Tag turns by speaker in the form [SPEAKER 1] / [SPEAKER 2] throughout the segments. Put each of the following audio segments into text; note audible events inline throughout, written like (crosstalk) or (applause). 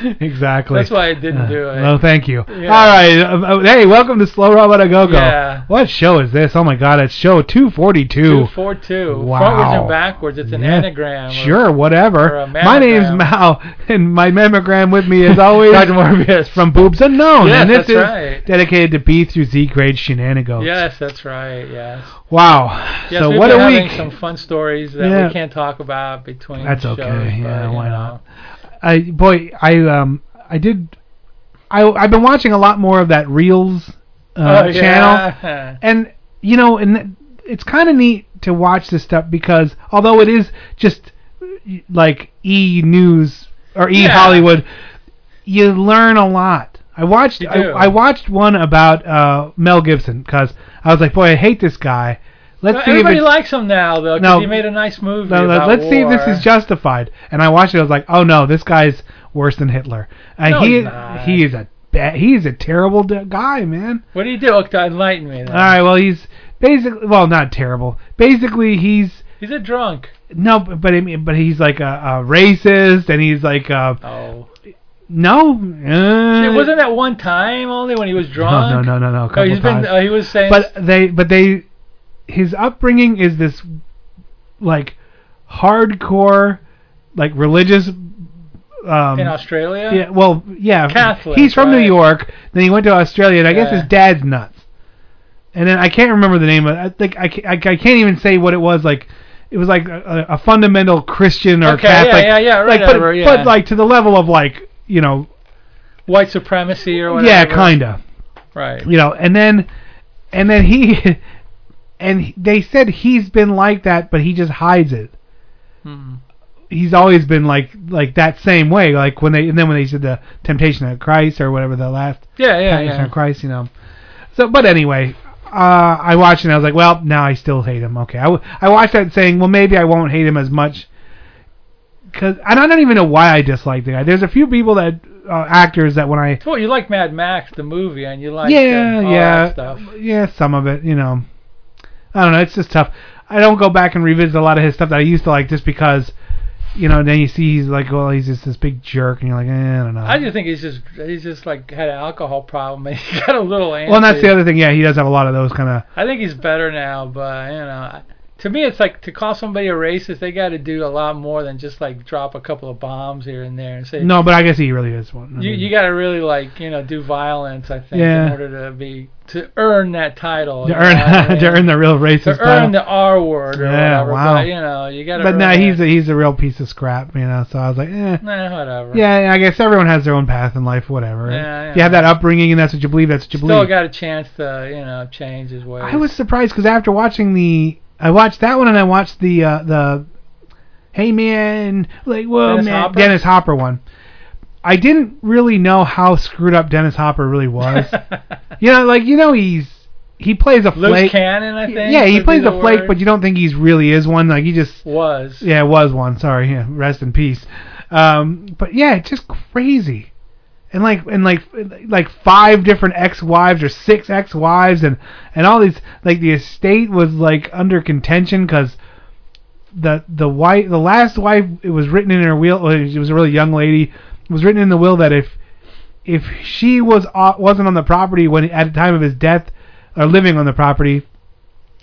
[SPEAKER 1] (laughs)
[SPEAKER 2] exactly. Uh,
[SPEAKER 1] That's why I didn't do it.
[SPEAKER 2] Well, thank you.
[SPEAKER 1] Yeah.
[SPEAKER 2] All right. um, uh, hey, welcome to Slow Robot A Go Go.
[SPEAKER 1] Yeah.
[SPEAKER 2] What show is this? Oh my God, it's show 242.
[SPEAKER 1] Two four two.
[SPEAKER 2] Wow.
[SPEAKER 1] Frontwards and backwards. It's an
[SPEAKER 2] Yeah.
[SPEAKER 1] anagram.
[SPEAKER 2] Sure,
[SPEAKER 1] or
[SPEAKER 2] whatever.
[SPEAKER 1] a
[SPEAKER 2] My name's
[SPEAKER 1] mammogram.
[SPEAKER 2] Mal, and my mammogram with me is always
[SPEAKER 1] Dr. Morbius.
[SPEAKER 2] from Boobs Unknown,
[SPEAKER 1] Yes,
[SPEAKER 2] and this
[SPEAKER 1] that's
[SPEAKER 2] is
[SPEAKER 1] right.
[SPEAKER 2] dedicated to B through Z grade shenanigans.
[SPEAKER 1] Yes, that's right. Yes.
[SPEAKER 2] Wow.
[SPEAKER 1] yes
[SPEAKER 2] so
[SPEAKER 1] we've
[SPEAKER 2] what
[SPEAKER 1] been
[SPEAKER 2] a
[SPEAKER 1] having
[SPEAKER 2] week.
[SPEAKER 1] Some fun stories that
[SPEAKER 2] Yeah.
[SPEAKER 1] we can't talk about between.
[SPEAKER 2] That's
[SPEAKER 1] shows,
[SPEAKER 2] okay,
[SPEAKER 1] but,
[SPEAKER 2] yeah,
[SPEAKER 1] you
[SPEAKER 2] why
[SPEAKER 1] know.
[SPEAKER 2] not? I boy, I um, I did. I I've been watching a lot more of that Reels uh,
[SPEAKER 1] Oh,
[SPEAKER 2] channel.
[SPEAKER 1] (laughs) yeah.
[SPEAKER 2] and you know, and th- it's kind of neat to watch this stuff because although it is just y- like e news or e
[SPEAKER 1] Yeah.
[SPEAKER 2] Hollywood, you learn a lot. I watched
[SPEAKER 1] You
[SPEAKER 2] I,
[SPEAKER 1] do.
[SPEAKER 2] I watched one about uh, Mel Gibson because I was like, boy, I hate this guy. Let's
[SPEAKER 1] Well,
[SPEAKER 2] see if
[SPEAKER 1] everybody
[SPEAKER 2] it's,
[SPEAKER 1] likes him now, though, 'cause
[SPEAKER 2] No.
[SPEAKER 1] he made a nice movie.
[SPEAKER 2] no, let-
[SPEAKER 1] about
[SPEAKER 2] let's see if this
[SPEAKER 1] war.
[SPEAKER 2] is justified. And I watched it. I was like, oh no, this guy's worse than Hitler. And
[SPEAKER 1] No,
[SPEAKER 2] he
[SPEAKER 1] he's not.
[SPEAKER 2] he is a ba- he is a terrible d- guy, man.
[SPEAKER 1] What do you do? Okay, enlighten me. Then.
[SPEAKER 2] All right, well he's basically well not terrible. Basically he's
[SPEAKER 1] He's a drunk.
[SPEAKER 2] No, but but, I mean, but he's like a, a racist, and he's like a,
[SPEAKER 1] Oh.
[SPEAKER 2] no.
[SPEAKER 1] It
[SPEAKER 2] Uh,
[SPEAKER 1] wasn't that one time only when he was drunk.
[SPEAKER 2] No, no, no, no, no. a
[SPEAKER 1] Oh,
[SPEAKER 2] couple
[SPEAKER 1] he's been.
[SPEAKER 2] times.
[SPEAKER 1] Uh, he was saying.
[SPEAKER 2] but they, but they, his upbringing is this, like, hardcore, like religious. Um,
[SPEAKER 1] in Australia.
[SPEAKER 2] yeah, well, yeah.
[SPEAKER 1] Catholic,
[SPEAKER 2] He's from New
[SPEAKER 1] right?
[SPEAKER 2] York. Then he went to Australia, and I guess
[SPEAKER 1] Yeah.
[SPEAKER 2] his dad's nuts. And then I can't remember the name of. I think I ca- I, I can't even say what it was like. It was like a, a fundamental Christian or
[SPEAKER 1] Okay, yeah,
[SPEAKER 2] Catholic.
[SPEAKER 1] yeah, yeah, right,
[SPEAKER 2] like, but,
[SPEAKER 1] Oliver, yeah.
[SPEAKER 2] but like to the level of like you know,
[SPEAKER 1] White supremacy or whatever.
[SPEAKER 2] yeah, kind of.
[SPEAKER 1] Right.
[SPEAKER 2] You know, and then and then he (laughs) and he- they said he's been like that, but he just hides it.
[SPEAKER 1] Hmm.
[SPEAKER 2] he's always been like like that same way. Like when they and then when they did the Temptation of Christ or whatever the last
[SPEAKER 1] Yeah, yeah,
[SPEAKER 2] Temptation
[SPEAKER 1] yeah.
[SPEAKER 2] of Christ, you know. So, but anyway, uh, I watched it and I was like, well, now I still hate him. Okay, I, w- I watched that saying, well, maybe I won't hate him as much. Cause and I don't even know why I dislike the guy. There's a few people that uh, actors that when I
[SPEAKER 1] Well, you like Mad Max the movie, and you like
[SPEAKER 2] yeah
[SPEAKER 1] uh, all
[SPEAKER 2] yeah
[SPEAKER 1] that stuff.
[SPEAKER 2] yeah some of it you know I don't know it's just tough. I don't go back and revisit a lot of his stuff that I used to like just because you know then you see he's like well he's just this big jerk and you're like eh, I don't know.
[SPEAKER 1] I just think he's just he's just like had an alcohol problem (laughs) and he got a little antsy.
[SPEAKER 2] well and that's the other thing yeah he does have a lot of those kind of
[SPEAKER 1] I think he's better now, but you know, I- to me it's like to call somebody a racist, they got to do a lot more than just like drop a couple of bombs here and there and say
[SPEAKER 2] no but I guess he really is one. I
[SPEAKER 1] You
[SPEAKER 2] mean,
[SPEAKER 1] you got to really like you know do violence, I think,
[SPEAKER 2] Yeah.
[SPEAKER 1] in order to be to earn that title.
[SPEAKER 2] to
[SPEAKER 1] you know what I
[SPEAKER 2] earn
[SPEAKER 1] mean?
[SPEAKER 2] (laughs) to earn the real racist
[SPEAKER 1] to
[SPEAKER 2] title.
[SPEAKER 1] earn the R word or
[SPEAKER 2] Yeah,
[SPEAKER 1] whatever.
[SPEAKER 2] wow.
[SPEAKER 1] But you know you got to.
[SPEAKER 2] but no he's a, he's a real piece of scrap you know so I was like eh.
[SPEAKER 1] nah, whatever.
[SPEAKER 2] Yeah, I guess everyone has their own path in life, whatever.
[SPEAKER 1] Yeah, yeah.
[SPEAKER 2] If you have that upbringing and that's what you believe, that's what you
[SPEAKER 1] Still
[SPEAKER 2] believe.
[SPEAKER 1] got a chance to you know change his ways.
[SPEAKER 2] I
[SPEAKER 1] (laughs)
[SPEAKER 2] was surprised because after watching the, I watched that one and I watched the uh, the, Hey Man, like whoa
[SPEAKER 1] Dennis
[SPEAKER 2] man,
[SPEAKER 1] Hopper?
[SPEAKER 2] Dennis Hopper one. I didn't really know how screwed up Dennis Hopper really
[SPEAKER 1] (laughs)
[SPEAKER 2] was. you know, like you know he's he plays a
[SPEAKER 1] Loose
[SPEAKER 2] flake.
[SPEAKER 1] cannon, I think.
[SPEAKER 2] yeah, he
[SPEAKER 1] would be
[SPEAKER 2] plays
[SPEAKER 1] the
[SPEAKER 2] a flake,
[SPEAKER 1] word.
[SPEAKER 2] but you don't think he's really is one. Like he just
[SPEAKER 1] was.
[SPEAKER 2] yeah, it was one. Sorry, yeah, rest in peace. Um, but yeah, it's just crazy. And like and like like five different ex-wives or six ex-wives and and all these like the estate was like under contention because the the wife the last wife it was written in her will well, it was a really young lady it was written in the will that if if she was o- wasn't on the property when at the time of his death or living on the property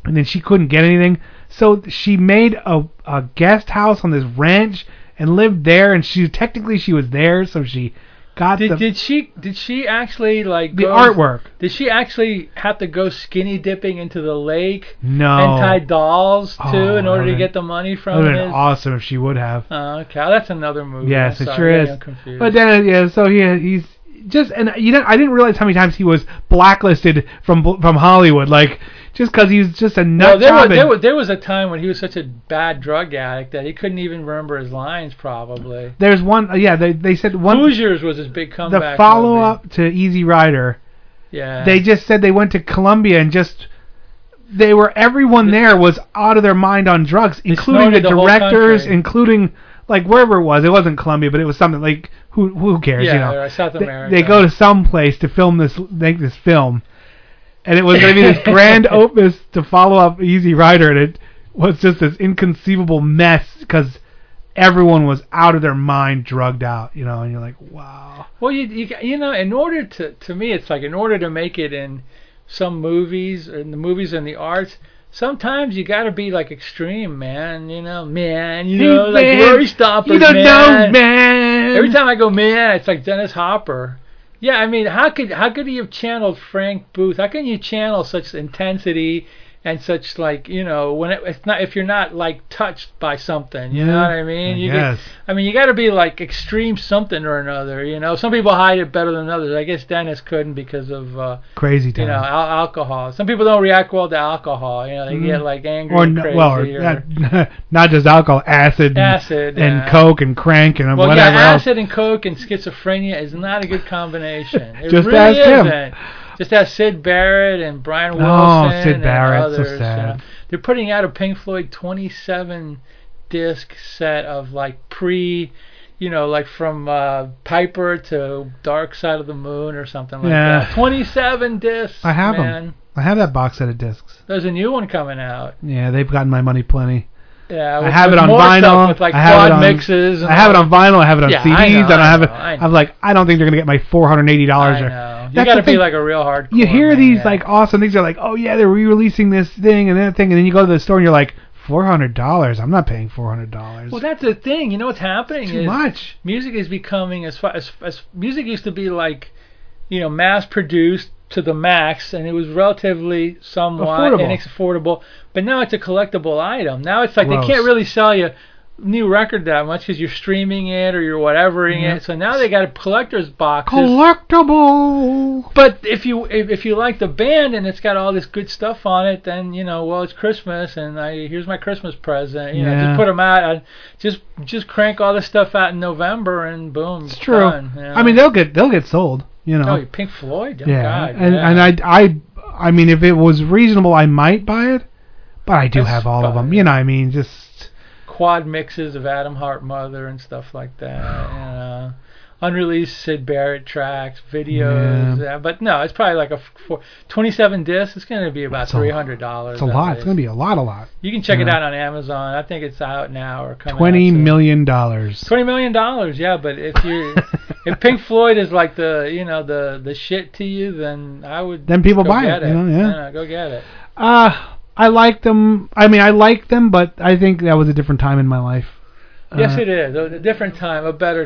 [SPEAKER 2] and then she couldn't get anything so she made a a guest house on this ranch and lived there and she technically she was there so she got
[SPEAKER 1] Did,
[SPEAKER 2] the,
[SPEAKER 1] did she did she actually like
[SPEAKER 2] the
[SPEAKER 1] go-
[SPEAKER 2] artwork
[SPEAKER 1] Did she actually have to go skinny dipping into the lake
[SPEAKER 2] no
[SPEAKER 1] and tie dolls too
[SPEAKER 2] Oh,
[SPEAKER 1] in order to
[SPEAKER 2] that-
[SPEAKER 1] get the money
[SPEAKER 2] that
[SPEAKER 1] from
[SPEAKER 2] would have
[SPEAKER 1] it?
[SPEAKER 2] been awesome if she would have
[SPEAKER 1] Oh, okay, Well, that's another movie.
[SPEAKER 2] Yes,
[SPEAKER 1] I'm
[SPEAKER 2] it
[SPEAKER 1] sorry,
[SPEAKER 2] sure
[SPEAKER 1] maybe
[SPEAKER 2] is.
[SPEAKER 1] I'm confused.
[SPEAKER 2] But then uh, yeah, so he he's uh, just and you know I didn't realize how many times he was blacklisted from from Hollywood. Like just because he was just a
[SPEAKER 1] Well,
[SPEAKER 2] nut
[SPEAKER 1] there was,
[SPEAKER 2] job. and-
[SPEAKER 1] there was there was a time when he was such a bad drug addict that he couldn't even remember his lines. Probably
[SPEAKER 2] There's one. uh, Yeah, they they said one.
[SPEAKER 1] Hoosiers was his big comeback.
[SPEAKER 2] the
[SPEAKER 1] movie.
[SPEAKER 2] follow up to Easy Rider.
[SPEAKER 1] Yeah.
[SPEAKER 2] They just said they went to Columbia and just they were everyone there was out of their mind on drugs, including the
[SPEAKER 1] snorted the whole
[SPEAKER 2] directors,
[SPEAKER 1] country.
[SPEAKER 2] including like wherever it was. It wasn't Columbia, but it was something like who who cares,
[SPEAKER 1] yeah,
[SPEAKER 2] you know?
[SPEAKER 1] or uh, South
[SPEAKER 2] They-
[SPEAKER 1] America.
[SPEAKER 2] They go to some place to film this, make this film, and it was going to
[SPEAKER 1] (laughs)
[SPEAKER 2] be this grand opus to follow up Easy Rider, and it was just this inconceivable mess because everyone was out of their mind, drugged out, you know. And you're like, wow.
[SPEAKER 1] Well, you, you ca- you know, in order to to me, it's like in order to make it in some movies or in the movies and the arts. Sometimes you gotta be like extreme, man. You know, man. You know, like
[SPEAKER 2] man,
[SPEAKER 1] Glory Stoppers,
[SPEAKER 2] you don't
[SPEAKER 1] man.
[SPEAKER 2] know, man.
[SPEAKER 1] Every time I go, man, it's like Dennis Hopper. Yeah, I mean, how could how could he have channeled Frank Booth? How can you channel such intensity and such like you know when it, it's not if you're not like touched by something? You know
[SPEAKER 2] Yeah,
[SPEAKER 1] what I mean?
[SPEAKER 2] I
[SPEAKER 1] you get-
[SPEAKER 2] guess.
[SPEAKER 1] I mean, you got to be like extreme something or another. You know, some people hide it better than others. I guess Dennis couldn't because of uh,
[SPEAKER 2] crazy
[SPEAKER 1] you
[SPEAKER 2] time.
[SPEAKER 1] know al- alcohol. Some people don't react well to alcohol. You know, they
[SPEAKER 2] Mhm.
[SPEAKER 1] get like angry
[SPEAKER 2] or
[SPEAKER 1] and
[SPEAKER 2] n-
[SPEAKER 1] crazy
[SPEAKER 2] well, or
[SPEAKER 1] or
[SPEAKER 2] not, (laughs) not just alcohol, acid, and-
[SPEAKER 1] acid
[SPEAKER 2] and
[SPEAKER 1] yeah.
[SPEAKER 2] coke and crank and
[SPEAKER 1] Well,
[SPEAKER 2] whatever
[SPEAKER 1] yeah,
[SPEAKER 2] else.
[SPEAKER 1] acid and coke and schizophrenia is not a good combination. It
[SPEAKER 2] Just
[SPEAKER 1] really
[SPEAKER 2] ask him.
[SPEAKER 1] isn't. Just ask Sid Barrett and Brian Wilson.
[SPEAKER 2] Oh, Sid
[SPEAKER 1] and
[SPEAKER 2] Barrett, so
[SPEAKER 1] others, you
[SPEAKER 2] sad.
[SPEAKER 1] know. They're putting out a Pink Floyd 27 disc set of like pre, you know, like from uh, Piper to Dark Side of the Moon or something like
[SPEAKER 2] Yeah.
[SPEAKER 1] that. 27 discs.
[SPEAKER 2] I have 'em.
[SPEAKER 1] man.
[SPEAKER 2] I have that box set of discs.
[SPEAKER 1] There's a new one coming out.
[SPEAKER 2] Yeah, they've gotten my money plenty.
[SPEAKER 1] Yeah,
[SPEAKER 2] I
[SPEAKER 1] with-
[SPEAKER 2] have it
[SPEAKER 1] with
[SPEAKER 2] on
[SPEAKER 1] more stuff
[SPEAKER 2] vinyl.
[SPEAKER 1] With like
[SPEAKER 2] I have it
[SPEAKER 1] quad
[SPEAKER 2] on-
[SPEAKER 1] mixes. and
[SPEAKER 2] I have it
[SPEAKER 1] all
[SPEAKER 2] on vinyl. I have it on
[SPEAKER 1] Oh. Yeah, I
[SPEAKER 2] CDs.
[SPEAKER 1] know,
[SPEAKER 2] and I
[SPEAKER 1] I
[SPEAKER 2] have it.
[SPEAKER 1] know, I know.
[SPEAKER 2] I'm like, I don't think they're gonna get my four hundred eighty dollars.
[SPEAKER 1] I
[SPEAKER 2] Or
[SPEAKER 1] know. You
[SPEAKER 2] That's
[SPEAKER 1] got to
[SPEAKER 2] the
[SPEAKER 1] be
[SPEAKER 2] thing.
[SPEAKER 1] like a real hardcore.
[SPEAKER 2] you hear
[SPEAKER 1] man,
[SPEAKER 2] these
[SPEAKER 1] yeah.
[SPEAKER 2] like awesome things. You're like, oh yeah, they're re-releasing this thing and that thing, and then you go to the store and you're like, four hundred dollars. I'm not paying four hundred dollars.
[SPEAKER 1] Well, that's the thing. You know what's happening
[SPEAKER 2] too
[SPEAKER 1] is
[SPEAKER 2] much.
[SPEAKER 1] music is becoming as far as, as music used to be like, you know, mass produced to the max, and it was relatively somewhat
[SPEAKER 2] Affordable.
[SPEAKER 1] and affordable. But now it's a collectible item. Now it's like
[SPEAKER 2] Gross.
[SPEAKER 1] they can't really sell you new record that much because you're streaming it or you're whatevering
[SPEAKER 2] Yeah.
[SPEAKER 1] it. So now they got collector's boxes.
[SPEAKER 2] Collectible.
[SPEAKER 1] But if you if, if you like the band and it's got all this good stuff on it, then you know, well, it's Christmas and I here's my Christmas present. You know,
[SPEAKER 2] Yeah.
[SPEAKER 1] just put them out. And just just crank all this stuff out in November and boom,
[SPEAKER 2] It's true.
[SPEAKER 1] Done, you know?
[SPEAKER 2] I mean, they'll get they'll get sold. You know.
[SPEAKER 1] oh, Pink Floyd. Oh,
[SPEAKER 2] yeah.
[SPEAKER 1] God,
[SPEAKER 2] and
[SPEAKER 1] yeah.
[SPEAKER 2] and I I I mean, if it was reasonable, I might buy it. But I do
[SPEAKER 1] That's
[SPEAKER 2] have all of
[SPEAKER 1] fine.
[SPEAKER 2] them. You know, I mean, just
[SPEAKER 1] quad mixes of Adam Hart Mother and stuff like that. You know. Unreleased Sid Barrett tracks, videos,
[SPEAKER 2] Yeah.
[SPEAKER 1] uh, but no, it's probably like a f- four, 27 discs. It's going to be about
[SPEAKER 2] That's a-
[SPEAKER 1] three hundred dollars.
[SPEAKER 2] it's a lot. It's gonna be a lot, a lot.
[SPEAKER 1] You can check it
[SPEAKER 2] Yeah.
[SPEAKER 1] out on Amazon. I think it's out now or coming.
[SPEAKER 2] Twenty
[SPEAKER 1] out soon.
[SPEAKER 2] million dollars.
[SPEAKER 1] Twenty million dollars, yeah. But if you
[SPEAKER 2] (laughs)
[SPEAKER 1] if Pink Floyd is like the you know the the shit to you, then I would.
[SPEAKER 2] Then people
[SPEAKER 1] go
[SPEAKER 2] buy
[SPEAKER 1] get
[SPEAKER 2] it, you know, yeah.
[SPEAKER 1] go get it.
[SPEAKER 2] Uh, I like them. I mean, I like them, but I think that was a different time in my life.
[SPEAKER 1] yes,
[SPEAKER 2] Uh,
[SPEAKER 1] it is. It was a different time, a better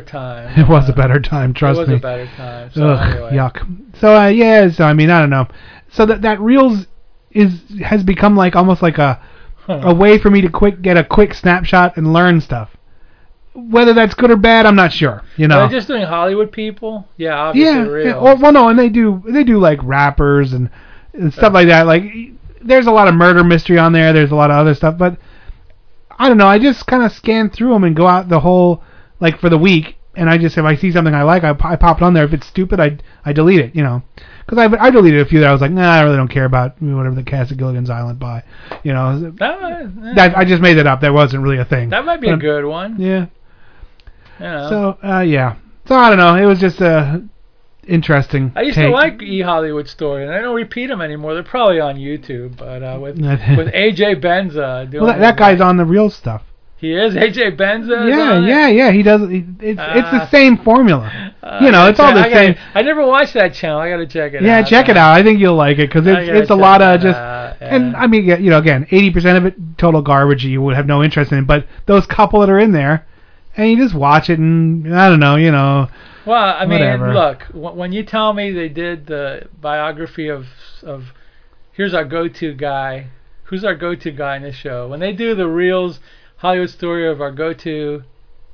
[SPEAKER 2] (laughs)
[SPEAKER 1] time.
[SPEAKER 2] It was a
[SPEAKER 1] Uh,
[SPEAKER 2] better time. Trust
[SPEAKER 1] It was
[SPEAKER 2] me.
[SPEAKER 1] a better time. So
[SPEAKER 2] Ugh,
[SPEAKER 1] anyway.
[SPEAKER 2] yuck. So uh, yeah, so I mean, I don't know. So that that reels is has become like almost like a a way for me to quick get a quick snapshot and learn stuff. Whether that's good or bad, I'm not sure. You know.
[SPEAKER 1] They're just doing Hollywood people. Yeah, obviously
[SPEAKER 2] yeah,
[SPEAKER 1] real.
[SPEAKER 2] yeah. Or, well, no, and they do they do like rappers and, and stuff like that. Like, there's a lot of murder mystery on there. There's a lot of other stuff, but I don't know. I just kind of scan through them and go out the whole like for the week, and I just if I see something I like, I, I pop it on there. If it's stupid, I I delete it. You know, because I I deleted a few that I was like, nah, I really don't care about whatever the Cassie Gilligan's Island by. You know,
[SPEAKER 1] that, eh,
[SPEAKER 2] that I just made that up. That wasn't really a thing.
[SPEAKER 1] that might be a
[SPEAKER 2] But-
[SPEAKER 1] good one.
[SPEAKER 2] Yeah.
[SPEAKER 1] You know.
[SPEAKER 2] So uh, yeah. So I don't know. It was just uh, interesting.
[SPEAKER 1] I used to
[SPEAKER 2] take.
[SPEAKER 1] like E Hollywood Story, and I don't repeat them anymore. They're probably on YouTube, but uh,
[SPEAKER 2] (laughs)
[SPEAKER 1] with with
[SPEAKER 2] well,
[SPEAKER 1] AJ Benza doing
[SPEAKER 2] that, that
[SPEAKER 1] his-
[SPEAKER 2] guy's on the real stuff.
[SPEAKER 1] He is AJ Benza. is
[SPEAKER 2] Yeah,
[SPEAKER 1] on it?
[SPEAKER 2] yeah, yeah. He does. It, it's it's
[SPEAKER 1] Ah.
[SPEAKER 2] the same formula.
[SPEAKER 1] Uh,
[SPEAKER 2] You know,
[SPEAKER 1] I
[SPEAKER 2] it's all the
[SPEAKER 1] gotta check- I
[SPEAKER 2] same.
[SPEAKER 1] gotta- I never watched that channel. I gotta check it out.
[SPEAKER 2] Yeah, check it out. I think you'll like it because
[SPEAKER 1] I
[SPEAKER 2] it's
[SPEAKER 1] gotta
[SPEAKER 2] it's a
[SPEAKER 1] check
[SPEAKER 2] lot of
[SPEAKER 1] that
[SPEAKER 2] just.
[SPEAKER 1] out, yeah.
[SPEAKER 2] And I mean, yeah, you know, again, eighty percent of it total garbage. You would have no interest in, but those couple that are in there, and you just watch it, and I don't know, you know,
[SPEAKER 1] well, I mean,
[SPEAKER 2] whatever.
[SPEAKER 1] look, wh- when you tell me they did the biography of of here's our go-to guy, who's our go-to guy in this
[SPEAKER 2] Mm.
[SPEAKER 1] show? When they do the reels Hollywood story of our go-to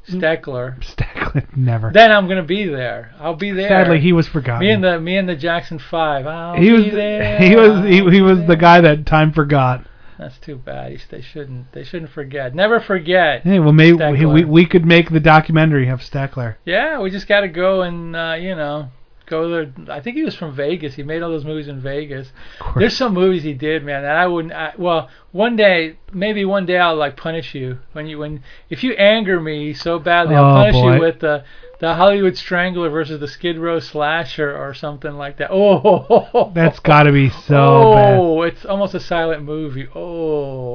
[SPEAKER 1] Steckler,
[SPEAKER 2] Chocolate (laughs) never.
[SPEAKER 1] Then I'm gonna be there. I'll be there.
[SPEAKER 2] Sadly, he was forgotten.
[SPEAKER 1] me and the me and the Jackson Five. I'll
[SPEAKER 2] he was
[SPEAKER 1] be
[SPEAKER 2] (laughs)
[SPEAKER 1] there.
[SPEAKER 2] he was
[SPEAKER 1] I'll
[SPEAKER 2] he, he
[SPEAKER 1] be
[SPEAKER 2] was the
[SPEAKER 1] there.
[SPEAKER 2] guy that time forgot.
[SPEAKER 1] That's too bad. He's- They shouldn't. They shouldn't forget. Never forget.
[SPEAKER 2] Hey, well maybe we,
[SPEAKER 1] Steckler.
[SPEAKER 2] we we could make the documentary of Steckler.
[SPEAKER 1] Yeah, we just got to go and uh, you know go there. I think he was from Vegas. He made all those movies in Vegas.
[SPEAKER 2] Of course.
[SPEAKER 1] There's some movies he did, man, that I wouldn't. I, well, one day, maybe one day I'll like punish you when you when if you anger me so badly, I'll
[SPEAKER 2] Oh,
[SPEAKER 1] punish
[SPEAKER 2] boy.
[SPEAKER 1] you with the the Hollywood Strangler versus the Skid Row Slasher or something like that. Oh, (laughs)
[SPEAKER 2] That's got to be so bad.
[SPEAKER 1] oh, it's almost a silent movie.
[SPEAKER 2] (laughs)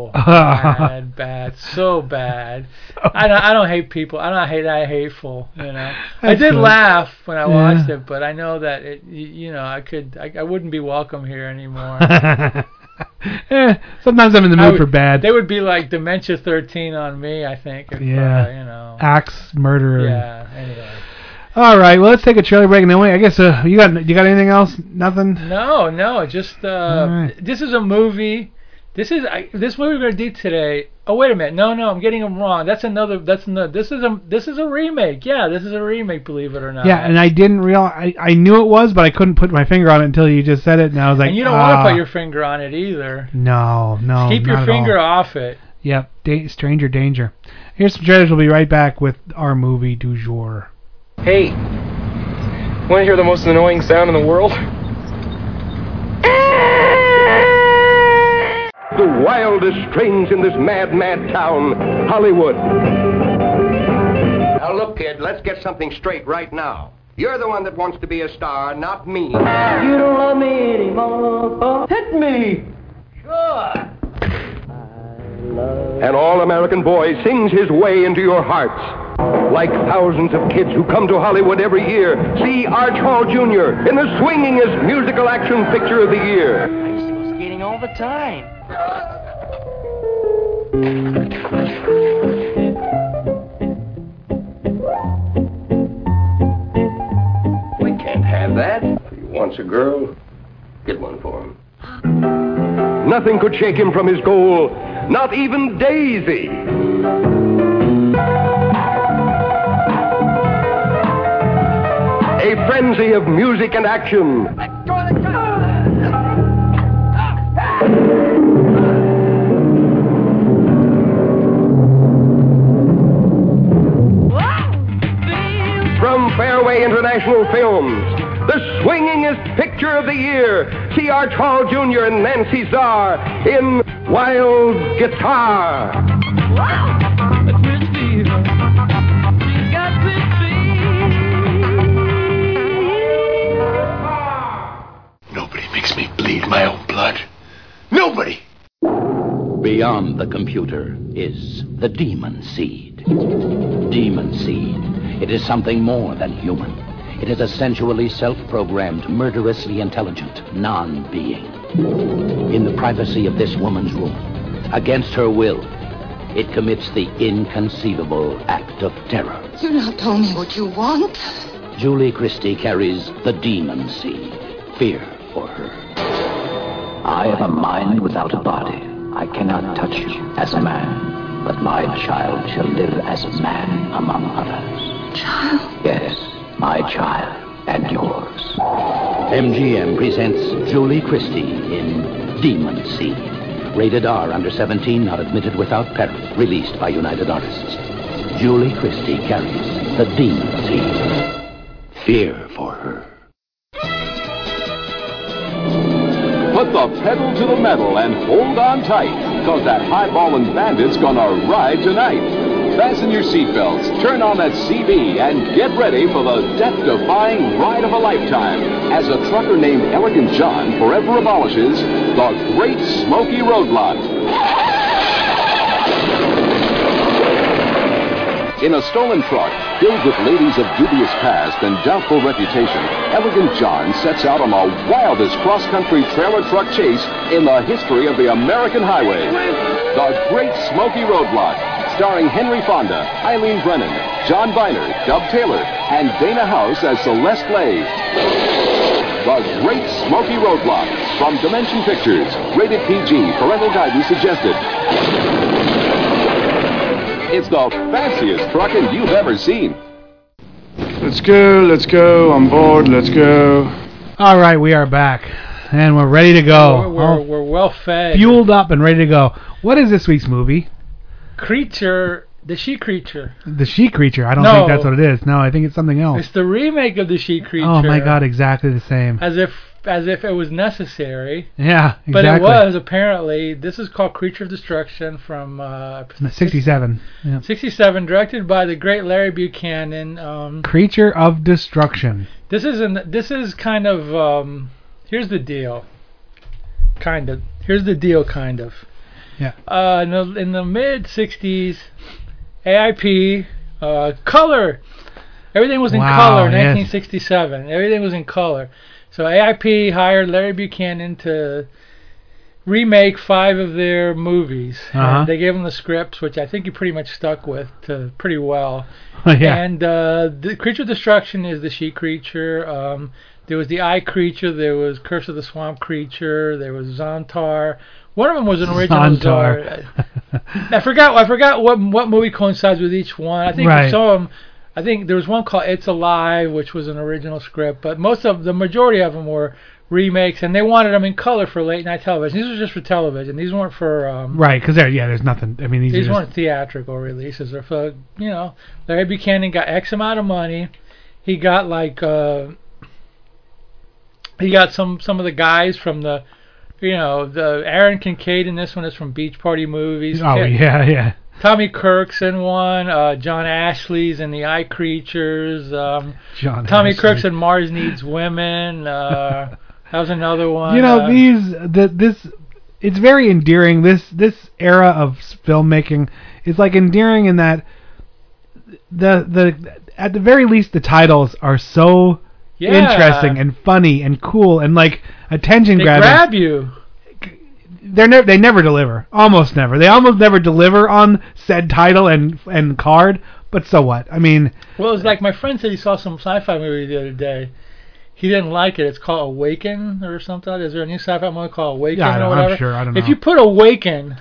[SPEAKER 1] Oh, bad, bad, so bad. I don't, I don't hate people. I don't hate. I hateful. You
[SPEAKER 2] (laughs)
[SPEAKER 1] know, I
[SPEAKER 2] That's
[SPEAKER 1] did
[SPEAKER 2] good.
[SPEAKER 1] laugh when I watched
[SPEAKER 2] Yeah.
[SPEAKER 1] it, but I know that it. y- You know, I could. I, I wouldn't be welcome
[SPEAKER 2] (laughs)
[SPEAKER 1] here anymore.
[SPEAKER 2] Eh, sometimes I'm in the
[SPEAKER 1] I
[SPEAKER 2] mood
[SPEAKER 1] would-
[SPEAKER 2] for bad
[SPEAKER 1] They would be like Dementia 13 on me, I think. If,
[SPEAKER 2] Yeah.
[SPEAKER 1] Uh, you know.
[SPEAKER 2] acts, murder.
[SPEAKER 1] Yeah. Anyway.
[SPEAKER 2] All right, well let's take a trailer break and then we, I guess uh, you got you got anything else? Nothing.
[SPEAKER 1] No, no. Just uh,
[SPEAKER 2] All right.
[SPEAKER 1] this is a movie. This is I, this movie we're gonna do today. Oh wait a minute. No, no. I'm getting them wrong. That's another. That's another. This is a. This is a remake. Yeah. This is a remake. Believe it or not.
[SPEAKER 2] Yeah, and I didn't realize I, I knew it was, but I couldn't put my finger on it until you just said it, and I was like,
[SPEAKER 1] and you don't
[SPEAKER 2] ah,
[SPEAKER 1] want to put your finger on it either.
[SPEAKER 2] no, no,
[SPEAKER 1] Keep
[SPEAKER 2] Oh, not
[SPEAKER 1] your
[SPEAKER 2] at
[SPEAKER 1] finger
[SPEAKER 2] all.
[SPEAKER 1] off it.
[SPEAKER 2] Yep, da- stranger danger. Here's some trailers. We'll be right back with our movie du jour.
[SPEAKER 3] Hey, want to hear the most annoying sound in the world? The wildest strains in this mad, mad town, Hollywood. Now, look, kid, let's get something straight right now. You're the one that wants to be a star, not me. You don't love me anymore. hit me. Sure. An all American boy sings his way into your hearts. Like thousands of kids who come to Hollywood every year, see Arch Hall Jr. in the swingingest musical action picture of the year.
[SPEAKER 4] Skating all the time.
[SPEAKER 3] We can't have that. If he wants a girl, get one for him. Nothing could shake him from his goal, not even Daisy. A frenzy of music and action. From Fairway International Films, the swingingest picture of the year, see Arch Hall Jr. and Nancy Czar in Wild Guitar.
[SPEAKER 5] Nobody makes me bleed my own blood. Nobody!
[SPEAKER 6] Beyond the computer is the demon seed. Demon seed. It is something more than human. It is a sensually self programmed, murderously intelligent non being. In the privacy of this woman's room, against her will, it commits the inconceivable act of terror.
[SPEAKER 7] You now tell me what you want.
[SPEAKER 6] Julie Christie carries the demon seed, fear for her. I have a mind without a body. I cannot touch you as a man, but my child shall live as a man among others. Child? Yes, my child and yours. MGM presents Julie Christie in Demon Seed. Rated R under 17, not admitted without parent. Released by United Artists. Julie Christie carries the Demon Seed fear for her.
[SPEAKER 5] Put the pedal to the metal and hold on tight, because that highball and bandit's gonna ride tonight. Fasten your seatbelts, turn on that CB, and get ready for the death defying ride of a lifetime as a trucker named Elegant John forever abolishes the Great Smoky Roadblock. In a stolen truck, filled with ladies of dubious past and doubtful reputation, Elegant John sets out on the wildest cross-country trailer truck chase in the history of the American highway. The Great Smoky Roadblock, starring Henry Fonda, Eileen Brennan, John Viner, Dub Taylor, and Dana House as Celeste Lay. The Great Smoky Roadblock from Dimension Pictures, rated PG, parental guidance suggested. It's the fanciest trucking you've ever seen.
[SPEAKER 8] Let's go, let's go. I'm bored, let's go.
[SPEAKER 2] All right, we are back, and we're ready to
[SPEAKER 1] We're,
[SPEAKER 2] go.
[SPEAKER 1] we're,
[SPEAKER 2] All
[SPEAKER 1] we're well fed.
[SPEAKER 2] fueled up and ready to go. What is this week's movie?
[SPEAKER 1] Creature, the she creature.
[SPEAKER 2] The She Creature. I don't
[SPEAKER 1] No.
[SPEAKER 2] think that's what it is. No, I think it's something else.
[SPEAKER 1] It's the remake of the she creature.
[SPEAKER 2] Oh my God, exactly the
[SPEAKER 1] (laughs)
[SPEAKER 2] same.
[SPEAKER 1] As if as if it was necessary,
[SPEAKER 2] Yeah, exactly.
[SPEAKER 1] but it was apparently. This is called Creature of Destruction from uh,
[SPEAKER 2] Sixty-seven. Yeah.
[SPEAKER 1] 67, directed by the great Larry Buchanan. Um,
[SPEAKER 2] Creature of Destruction. (laughs)
[SPEAKER 1] this is an this is kind of um, here's the deal. Kind of here's the deal. Kind of.
[SPEAKER 2] Yeah.
[SPEAKER 1] Uh, in the, in the mid 60s, AIP uh, color. Everything was in
[SPEAKER 2] Wow,
[SPEAKER 1] color. in
[SPEAKER 2] yes.
[SPEAKER 1] 1967. Everything was in color. So AIP hired Larry Buchanan to remake five of their movies.
[SPEAKER 2] Uh-huh.
[SPEAKER 1] And They gave him the scripts, which I think he pretty much stuck with to pretty well.
[SPEAKER 2] yeah.
[SPEAKER 1] And uh, the creature destruction is the she creature. Um, there was the eye creature. There was Curse of the Swamp creature. There was Zontar. One of them was an original
[SPEAKER 2] Zontar.
[SPEAKER 1] Zar. I forgot. I forgot what what movie coincides with each one. I think
[SPEAKER 2] Right.
[SPEAKER 1] we saw 'em- I think there was one called It's Alive, which was an original script, but most of the majority of them were remakes, and they wanted them in color for late night television. These were just for television. These weren't for
[SPEAKER 2] (laughs)
[SPEAKER 1] um,
[SPEAKER 2] Right, because there, yeah, there's nothing. I mean, these,
[SPEAKER 1] these
[SPEAKER 2] are just,
[SPEAKER 1] weren't theatrical releases. They're for you know, Larry Buchanan got X amount of money. He got like uh, he got some some of the guys from the you know the Aaron Kincaid in this one is from Beach Party movies.
[SPEAKER 2] (laughs) Oh yeah, yeah.
[SPEAKER 1] Tommy Kirk's in one. Uh, John Ashley's in the Eye Creatures. Um,
[SPEAKER 2] John
[SPEAKER 1] Tommy
[SPEAKER 2] Ashley.
[SPEAKER 1] Kirk's in Mars Needs
[SPEAKER 2] (laughs)
[SPEAKER 1] Women. Uh, that was another one.
[SPEAKER 2] You know
[SPEAKER 1] Uh,
[SPEAKER 2] these the this it's very endearing. This this era of s- filmmaking is like endearing in that the the at the very least the titles are so
[SPEAKER 1] yeah,
[SPEAKER 2] interesting and funny and cool and like attention
[SPEAKER 1] They
[SPEAKER 2] grabbing.
[SPEAKER 1] grab you.
[SPEAKER 2] they're never they never deliver. Almost never. They almost never deliver on said title and and card. But so what? I mean,
[SPEAKER 1] Well, it's like my friend said he saw some sci-fi movie the other day. He didn't like it. It's called Awaken or something. Is there a new sci-fi movie called Awaken
[SPEAKER 2] Yeah, I
[SPEAKER 1] or
[SPEAKER 2] don't- I'm
[SPEAKER 1] whatever?
[SPEAKER 2] sure. I don't
[SPEAKER 1] If
[SPEAKER 2] know.
[SPEAKER 1] you put Awaken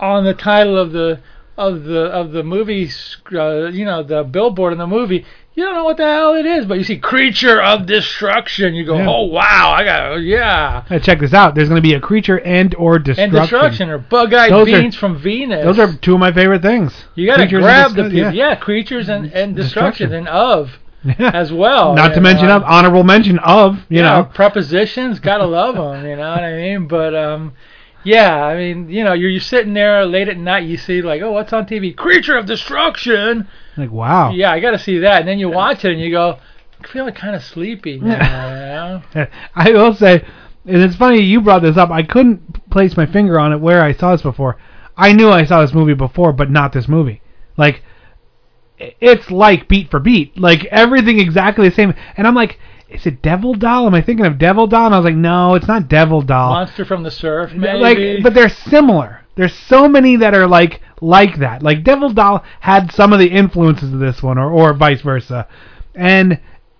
[SPEAKER 1] on the title of the of the of the movie, sc- uh, you know, the billboard in the movie, you don't know what the hell it is. But you see Creature of Destruction, you go,
[SPEAKER 2] Yeah.
[SPEAKER 1] oh wow, I got yeah.
[SPEAKER 2] uh, check this out. There's going to be a creature and or
[SPEAKER 1] And
[SPEAKER 2] destruction.
[SPEAKER 1] destruction or bug-eyed
[SPEAKER 2] Those are-
[SPEAKER 1] beings from Venus.
[SPEAKER 2] Those are two of my favorite things. (laughs)
[SPEAKER 1] you gotta
[SPEAKER 2] Creatures
[SPEAKER 1] grab
[SPEAKER 2] and
[SPEAKER 1] the
[SPEAKER 2] destru-
[SPEAKER 1] people. yeah, creatures and and
[SPEAKER 2] Destruction.
[SPEAKER 1] destruction and of
[SPEAKER 2] yeah.
[SPEAKER 1] as well.
[SPEAKER 2] Not to
[SPEAKER 1] you
[SPEAKER 2] mention
[SPEAKER 1] know.
[SPEAKER 2] of honorable mention of you
[SPEAKER 1] yeah,
[SPEAKER 2] know.
[SPEAKER 1] prepositions gotta love 'em, you know what i mean but um yeah i mean you know you're, you're sitting there late at night you see like oh what's on tv creature of destruction
[SPEAKER 2] Like wow.
[SPEAKER 1] yeah i gotta see that and then you watch it and you go I'm feeling kind of sleepy now,
[SPEAKER 2] (laughs)
[SPEAKER 1] you know?
[SPEAKER 2] I will say, and it's funny you brought this up. I couldn't place my finger on it where I saw this before. I knew I saw this movie before, but not this movie. Like, i- it's like beat for beat, like everything exactly the same. And I'm like, is it Devil Doll? Am I thinking of Devil Doll? And I was like, no, it's not Devil Doll.
[SPEAKER 1] monster from the surf maybe
[SPEAKER 2] Like, but they're similar. There's so many that are like like that. Like Devil Doll had some of the influences of this one, or or vice versa, and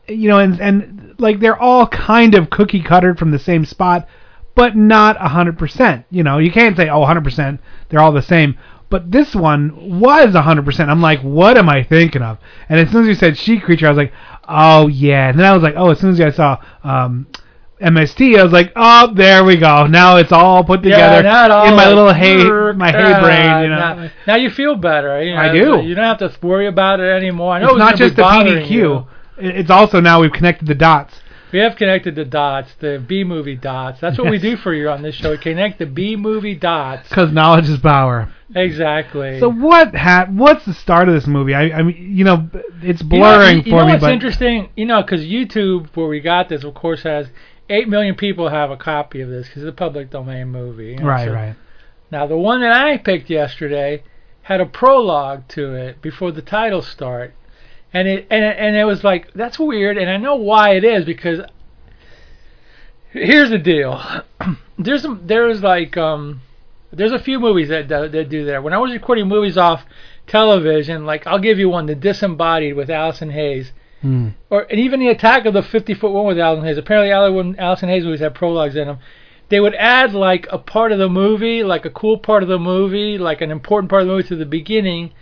[SPEAKER 2] you know, and and like they're all kind of cookie cuttered from the same spot, but not a hundred percent. You know, you can't say oh a hundred percent they're all the same. But this one was a hundred percent. I'm like, what am I thinking of? And as soon as you said she creature, I was like, oh yeah. And then I was like, oh, as soon as I saw um, MST, I was like, oh, there we go. Now it's all put
[SPEAKER 1] yeah,
[SPEAKER 2] together
[SPEAKER 1] not all
[SPEAKER 2] in my
[SPEAKER 1] like,
[SPEAKER 2] little hay, my hay
[SPEAKER 1] "Ah,"
[SPEAKER 2] brain. You know,
[SPEAKER 1] now, now you feel better. You know,
[SPEAKER 2] I do.
[SPEAKER 1] You don't have to worry about it anymore. I know
[SPEAKER 2] it's not
[SPEAKER 1] gonna be
[SPEAKER 2] just the
[SPEAKER 1] bothering
[SPEAKER 2] PDQ.
[SPEAKER 1] you.
[SPEAKER 2] It- It's also now we've connected the dots.
[SPEAKER 1] We have connected the dots, the B movie dots. That's what we do for you on this show. Connect the B movie dots.
[SPEAKER 2] Because knowledge is power.
[SPEAKER 1] Exactly.
[SPEAKER 2] So what? Ha- what's the start of this movie? I, I mean, you know, it's
[SPEAKER 1] You know-
[SPEAKER 2] blurring
[SPEAKER 1] you- you
[SPEAKER 2] for
[SPEAKER 1] know
[SPEAKER 2] me.
[SPEAKER 1] what's
[SPEAKER 2] but
[SPEAKER 1] interesting, you know, because YouTube, where we got this, of course, has eight million people have a copy of this because it's a public domain movie. you know,
[SPEAKER 2] right,
[SPEAKER 1] so-
[SPEAKER 2] right.
[SPEAKER 1] Now the one that I picked yesterday had a prologue to it before the titles start, and it and it, and it was like that's weird, and I know why it is because here's the deal. (clears throat) there's some- there's like um there's a few movies that that, that do that. When I was recording movies off television, like I'll give you one, The Disembodied with Allison Hayes. Or and even the attack of the 50 foot one with Allison Hayes. Apparently, Allison Allison Hayes movies had prologues in them they would add like a part of the movie, like a cool part of the movie, like an important part of the movie to the beginning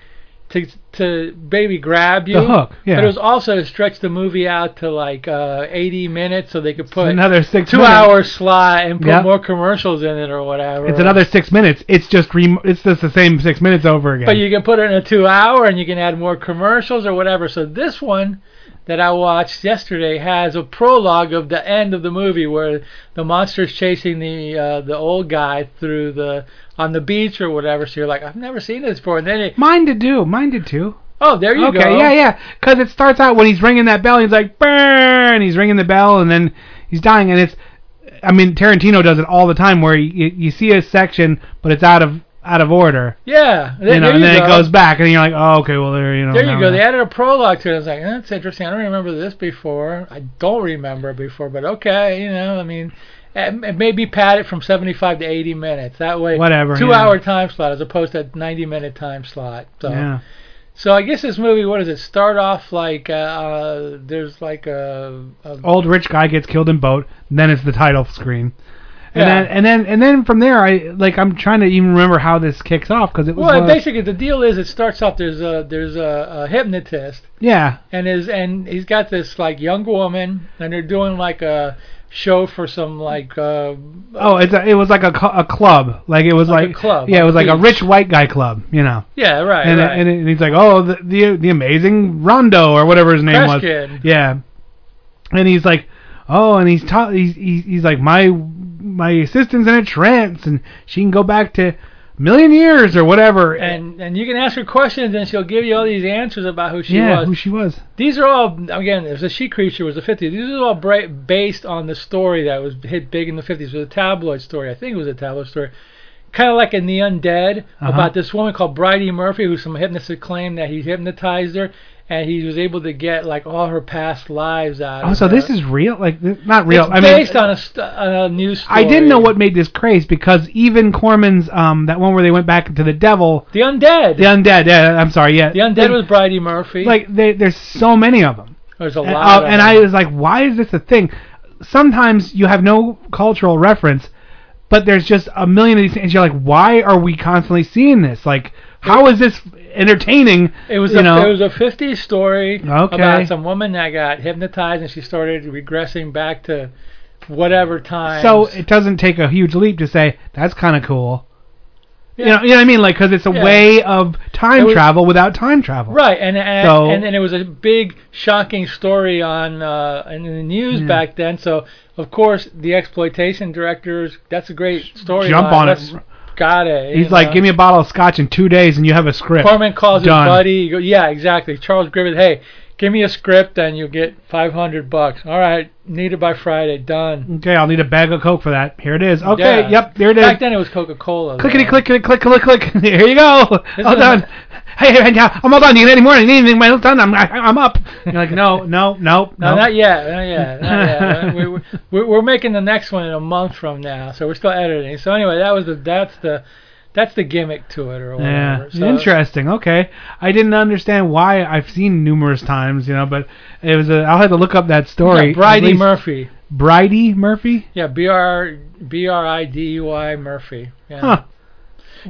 [SPEAKER 1] to to maybe grab you.
[SPEAKER 2] The hook, yeah.
[SPEAKER 1] But it was also to stretch the movie out to like uh, 80 minutes so they could put
[SPEAKER 2] another six
[SPEAKER 1] two
[SPEAKER 2] minutes.
[SPEAKER 1] hour slot and put
[SPEAKER 2] Yep.
[SPEAKER 1] more commercials in it or whatever.
[SPEAKER 2] It's another six minutes. It's just re- it's just the same six minutes over again.
[SPEAKER 1] But you can put it in a two hour and you can add more commercials or whatever. So this one that I watched yesterday has a prologue of the end of the movie where the monster's chasing the uh, the old guy through the on the beach or whatever. So you're like, I've never seen this before. And then it,
[SPEAKER 2] Mine did do. Mine did too.
[SPEAKER 1] oh, there you
[SPEAKER 2] okay,
[SPEAKER 1] go.
[SPEAKER 2] yeah, yeah. Because it starts out when he's ringing that bell, he's like, burn! He's ringing the bell, and then he's dying, and it's. I mean, Tarantino does it all the time, where you, you see a section, but it's out of out of order,
[SPEAKER 1] Yeah. There,
[SPEAKER 2] you know,
[SPEAKER 1] there
[SPEAKER 2] and
[SPEAKER 1] you
[SPEAKER 2] then
[SPEAKER 1] go.
[SPEAKER 2] it goes back, and you're like, oh, okay, well, there, you know.
[SPEAKER 1] There you
[SPEAKER 2] now
[SPEAKER 1] go. They
[SPEAKER 2] that-
[SPEAKER 1] added a prologue to it. I was like, "Eh, that's interesting. I don't remember this before. I don't remember before, but okay, you know, I mean, eh, it, it may be padded from 75 to 80 minutes. That way,
[SPEAKER 2] Whatever,
[SPEAKER 1] two
[SPEAKER 2] yeah.
[SPEAKER 1] hour time slot as opposed to 90 minute time slot. So,
[SPEAKER 2] yeah.
[SPEAKER 1] so I guess this movie, what does it start off like? Uh, uh, there's like a, a
[SPEAKER 2] Old rich guy gets killed in boat. And then it's the title screen. And
[SPEAKER 1] Yeah.
[SPEAKER 2] then, and then and then from there I like I'm trying to even remember how this kicks off because it was
[SPEAKER 1] well,
[SPEAKER 2] one of-
[SPEAKER 1] basically the deal is it starts off. There's a there's a, a hypnotist
[SPEAKER 2] yeah
[SPEAKER 1] and is and he's got this like young woman and they're doing like a show for some like uh
[SPEAKER 2] oh it's a, it was like a, cl- a club like it was
[SPEAKER 1] Like a
[SPEAKER 2] like,
[SPEAKER 1] club
[SPEAKER 2] yeah
[SPEAKER 1] on
[SPEAKER 2] it was
[SPEAKER 1] the
[SPEAKER 2] like a rich
[SPEAKER 1] beach.
[SPEAKER 2] white guy club you know
[SPEAKER 1] Yeah, right.
[SPEAKER 2] and,
[SPEAKER 1] right.
[SPEAKER 2] and, and he's like, oh, the, the the amazing Rondo or whatever his name
[SPEAKER 1] Fresh
[SPEAKER 2] was.
[SPEAKER 1] kid.
[SPEAKER 2] Yeah, and he's like, oh, and he's ta- he's, he's he's like my my assistant's in a trance and she can go back to million years or whatever.
[SPEAKER 1] and and you can ask her questions and she'll give you all these answers about who she
[SPEAKER 2] yeah,
[SPEAKER 1] was.
[SPEAKER 2] who she was.
[SPEAKER 1] These are all again, it was a she creature it was the 50s. These are all bra- based on the story that was hit big in the 50s. It was a tabloid story. I think it was a tabloid story. Kind of like in The Undead
[SPEAKER 2] Uh-huh.
[SPEAKER 1] about this woman called Bridie Murphy, who some hypnotist claimed that he hypnotized her, and he was able to get like all her past lives out.
[SPEAKER 2] Oh,
[SPEAKER 1] of
[SPEAKER 2] so
[SPEAKER 1] her.
[SPEAKER 2] this is real? Like th- not real?
[SPEAKER 1] It's
[SPEAKER 2] I mean,
[SPEAKER 1] based on a, st- on a news story.
[SPEAKER 2] I didn't know what made this craze because even Corman's um that one where they went back to the devil,
[SPEAKER 1] The Undead.
[SPEAKER 2] the undead. Yeah, I'm sorry. Yeah,
[SPEAKER 1] The Undead
[SPEAKER 2] like,
[SPEAKER 1] was Bridie Murphy.
[SPEAKER 2] like there, there's so many of them.
[SPEAKER 1] There's a
[SPEAKER 2] and,
[SPEAKER 1] lot.
[SPEAKER 2] uh,
[SPEAKER 1] of
[SPEAKER 2] and
[SPEAKER 1] them.
[SPEAKER 2] I was like, why is this a thing? Sometimes you have no cultural reference, but there's just a million of these things. You're like, why are we constantly seeing this? Like, how is this entertaining?
[SPEAKER 1] It was
[SPEAKER 2] you
[SPEAKER 1] a,
[SPEAKER 2] know,
[SPEAKER 1] it was a 50s story
[SPEAKER 2] Okay.
[SPEAKER 1] about some woman that got hypnotized and she started regressing back to whatever time.
[SPEAKER 2] so it doesn't take a huge leap to say that's kind of cool. You
[SPEAKER 1] Yeah.
[SPEAKER 2] know, you know what I mean? Like, because it's a
[SPEAKER 1] Yeah.
[SPEAKER 2] way of time
[SPEAKER 1] It was-
[SPEAKER 2] travel without time travel.
[SPEAKER 1] right, and and,
[SPEAKER 2] So-
[SPEAKER 1] and then it was a big shocking story on uh, in the news
[SPEAKER 2] Yeah.
[SPEAKER 1] back then. So of course the exploitation directors, that's a great story.
[SPEAKER 2] Jump on it.
[SPEAKER 1] Got it.
[SPEAKER 2] He's like, give me a bottle of scotch in two days, and you have a script.
[SPEAKER 1] Corman calls
[SPEAKER 2] Done.
[SPEAKER 1] his buddy. He goes, yeah, exactly. Charles Griffith. Hey, give me a script and you'll get 500 bucks. All right, need it by Friday. Done.
[SPEAKER 2] Okay, I'll need a bag of coke for that. Here it is. Okay,
[SPEAKER 1] Yeah.
[SPEAKER 2] yep, here it is.
[SPEAKER 1] Back then it was Coca Cola.
[SPEAKER 2] Clickety click click click click click. (laughs) Here you go. all done. Hey, hey, hey, I'm all done. You need any more? You need anything? Well, done. I'm I, I'm up. You're like no no no
[SPEAKER 1] No,
[SPEAKER 2] no.
[SPEAKER 1] not yet. Not yet. Not yet. we, we- we, we're making the next one in a month from now, so we're still editing. So anyway, that was the that's the that's the gimmick to it or
[SPEAKER 2] yeah,
[SPEAKER 1] whatever. So,
[SPEAKER 2] interesting. Okay, I didn't understand why I've seen numerous times, you know, but it was. A, I'll have to look up that story.
[SPEAKER 1] Yeah, Bridie
[SPEAKER 2] At least-
[SPEAKER 1] Murphy.
[SPEAKER 2] Bridie Murphy.
[SPEAKER 1] Yeah, B R B R I D U I Murphy. Yeah.
[SPEAKER 2] Huh.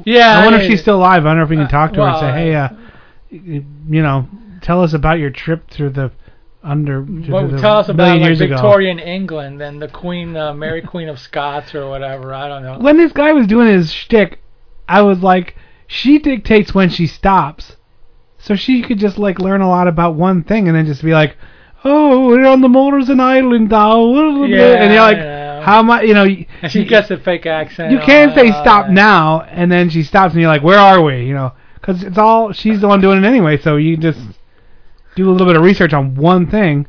[SPEAKER 1] Yeah.
[SPEAKER 2] I wonder
[SPEAKER 1] hey,
[SPEAKER 2] if she's still alive. I wonder if we can talk to her and
[SPEAKER 1] well,
[SPEAKER 2] say, hey, uh, y- you know, tell us about your trip through the under. (laughs)
[SPEAKER 1] Well,
[SPEAKER 2] through the
[SPEAKER 1] tell us about
[SPEAKER 2] million
[SPEAKER 1] like
[SPEAKER 2] years ago.
[SPEAKER 1] Victorian England and the Queen, uh, Mary Queen of Scots or whatever. I don't know.
[SPEAKER 2] when this guy was doing his shtick, I was like, she dictates when she stops, so she could just like learn a lot about one thing and then just be like, oh, we're on the motors in Ireland now,
[SPEAKER 1] Yeah,
[SPEAKER 2] and you're like,
[SPEAKER 1] yeah.
[SPEAKER 2] how much,
[SPEAKER 1] (laughs)
[SPEAKER 2] you know, you
[SPEAKER 1] And she gets a fake accent.
[SPEAKER 2] you
[SPEAKER 1] and
[SPEAKER 2] can't
[SPEAKER 1] all
[SPEAKER 2] say
[SPEAKER 1] that.
[SPEAKER 2] stop now, and then she stops, and you're like, where are we, you know, because it's all she's the one doing it anyway, so you just do a little bit of research on one thing.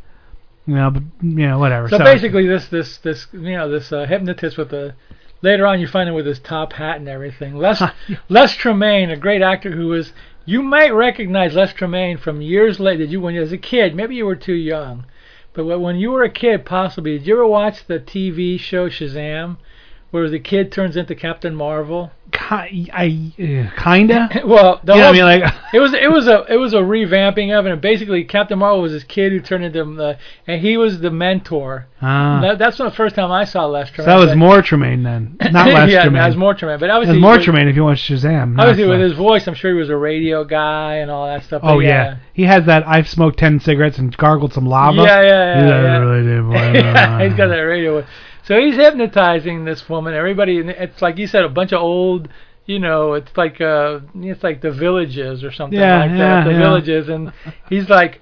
[SPEAKER 2] You know, but, you know, whatever.
[SPEAKER 1] So, basically, this this this you know this uh, hypnotist with the later on you find him with his top hat and everything. Les (laughs) Les Tremaine, a great actor who was you might recognize Les Tremaine from years later. Did you when you was a kid? Maybe you were too young, but when when you were a kid, possibly did you ever watch the TV show Shazam? where the kid turns into Captain Marvel. (laughs)
[SPEAKER 2] Ki- I, uh, kinda.
[SPEAKER 1] Well, the
[SPEAKER 2] You know
[SPEAKER 1] whole,
[SPEAKER 2] what I mean? Like, (laughs)
[SPEAKER 1] it was it was a it was a revamping of it. And basically, Captain Marvel was this kid who turned into the, and he was the mentor.
[SPEAKER 2] ah,
[SPEAKER 1] That, that's the first time I saw Les
[SPEAKER 2] so
[SPEAKER 1] Tremaine.
[SPEAKER 2] that was
[SPEAKER 1] but-
[SPEAKER 2] more Tremaine
[SPEAKER 1] (laughs)
[SPEAKER 2] then, not less
[SPEAKER 1] yeah,
[SPEAKER 2] Tremaine.
[SPEAKER 1] that was more Tremaine. But
[SPEAKER 2] That
[SPEAKER 1] obviously,
[SPEAKER 2] was more
[SPEAKER 1] with-
[SPEAKER 2] Tremaine if you watch Shazam. not
[SPEAKER 1] Obviously, with
[SPEAKER 2] less.
[SPEAKER 1] his voice, I'm sure he was a radio guy and all that stuff. but
[SPEAKER 2] Oh yeah. he has that. I've smoked ten cigarettes and gargled some lava.
[SPEAKER 1] Yeah, yeah, yeah,
[SPEAKER 2] He's like,
[SPEAKER 1] yeah.
[SPEAKER 2] "I really did, boy."
[SPEAKER 1] (laughs) Yeah, he's got that radio. voice. So he's hypnotizing this woman. Everybody, and it's like you said, a bunch of old, you know, it's like uh, it's like the villages or something
[SPEAKER 2] Yeah,
[SPEAKER 1] like
[SPEAKER 2] yeah,
[SPEAKER 1] that. The
[SPEAKER 2] yeah.
[SPEAKER 1] villages, and he's like,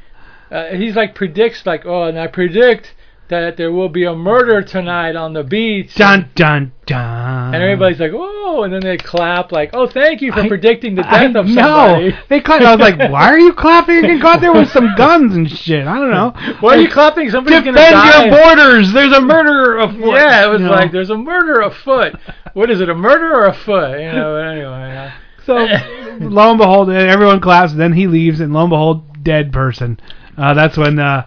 [SPEAKER 1] uh, he's like predicts like, oh, and I predict that there will be a murder tonight on the beach.
[SPEAKER 2] Dun dun dun.
[SPEAKER 1] And everybody's like, oh, and then they clap like, oh, thank you for
[SPEAKER 2] I-
[SPEAKER 1] predicting the
[SPEAKER 2] I
[SPEAKER 1] death of somebody.
[SPEAKER 2] know. They clapped. I was like,
[SPEAKER 1] (laughs)
[SPEAKER 2] why are you clapping? You can go out there with some guns and shit. I don't know.
[SPEAKER 1] Why are you clapping? Somebody's gonna die.
[SPEAKER 2] Defend your borders. There's a murderer afoot.
[SPEAKER 1] Yeah, it was
[SPEAKER 2] You know?
[SPEAKER 1] like there's a murder afoot. what is it, a murder or a foot? You know. But anyway, uh,
[SPEAKER 2] So lo and behold, and everyone claps. Then he leaves, and lo and behold, dead person. Uh, that's when. Uh,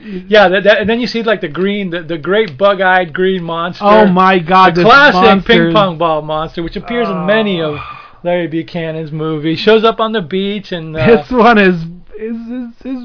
[SPEAKER 1] (laughs) yeah. That, that, and then you see like the green, the, the great bug-eyed green monster.
[SPEAKER 2] oh my God!
[SPEAKER 1] The
[SPEAKER 2] this
[SPEAKER 1] classic
[SPEAKER 2] monster.
[SPEAKER 1] ping pong ball monster, which appears in many of
[SPEAKER 2] Ah.
[SPEAKER 1] Larry Buchanan's movies, shows up on the beach and uh,
[SPEAKER 2] This one is is is, is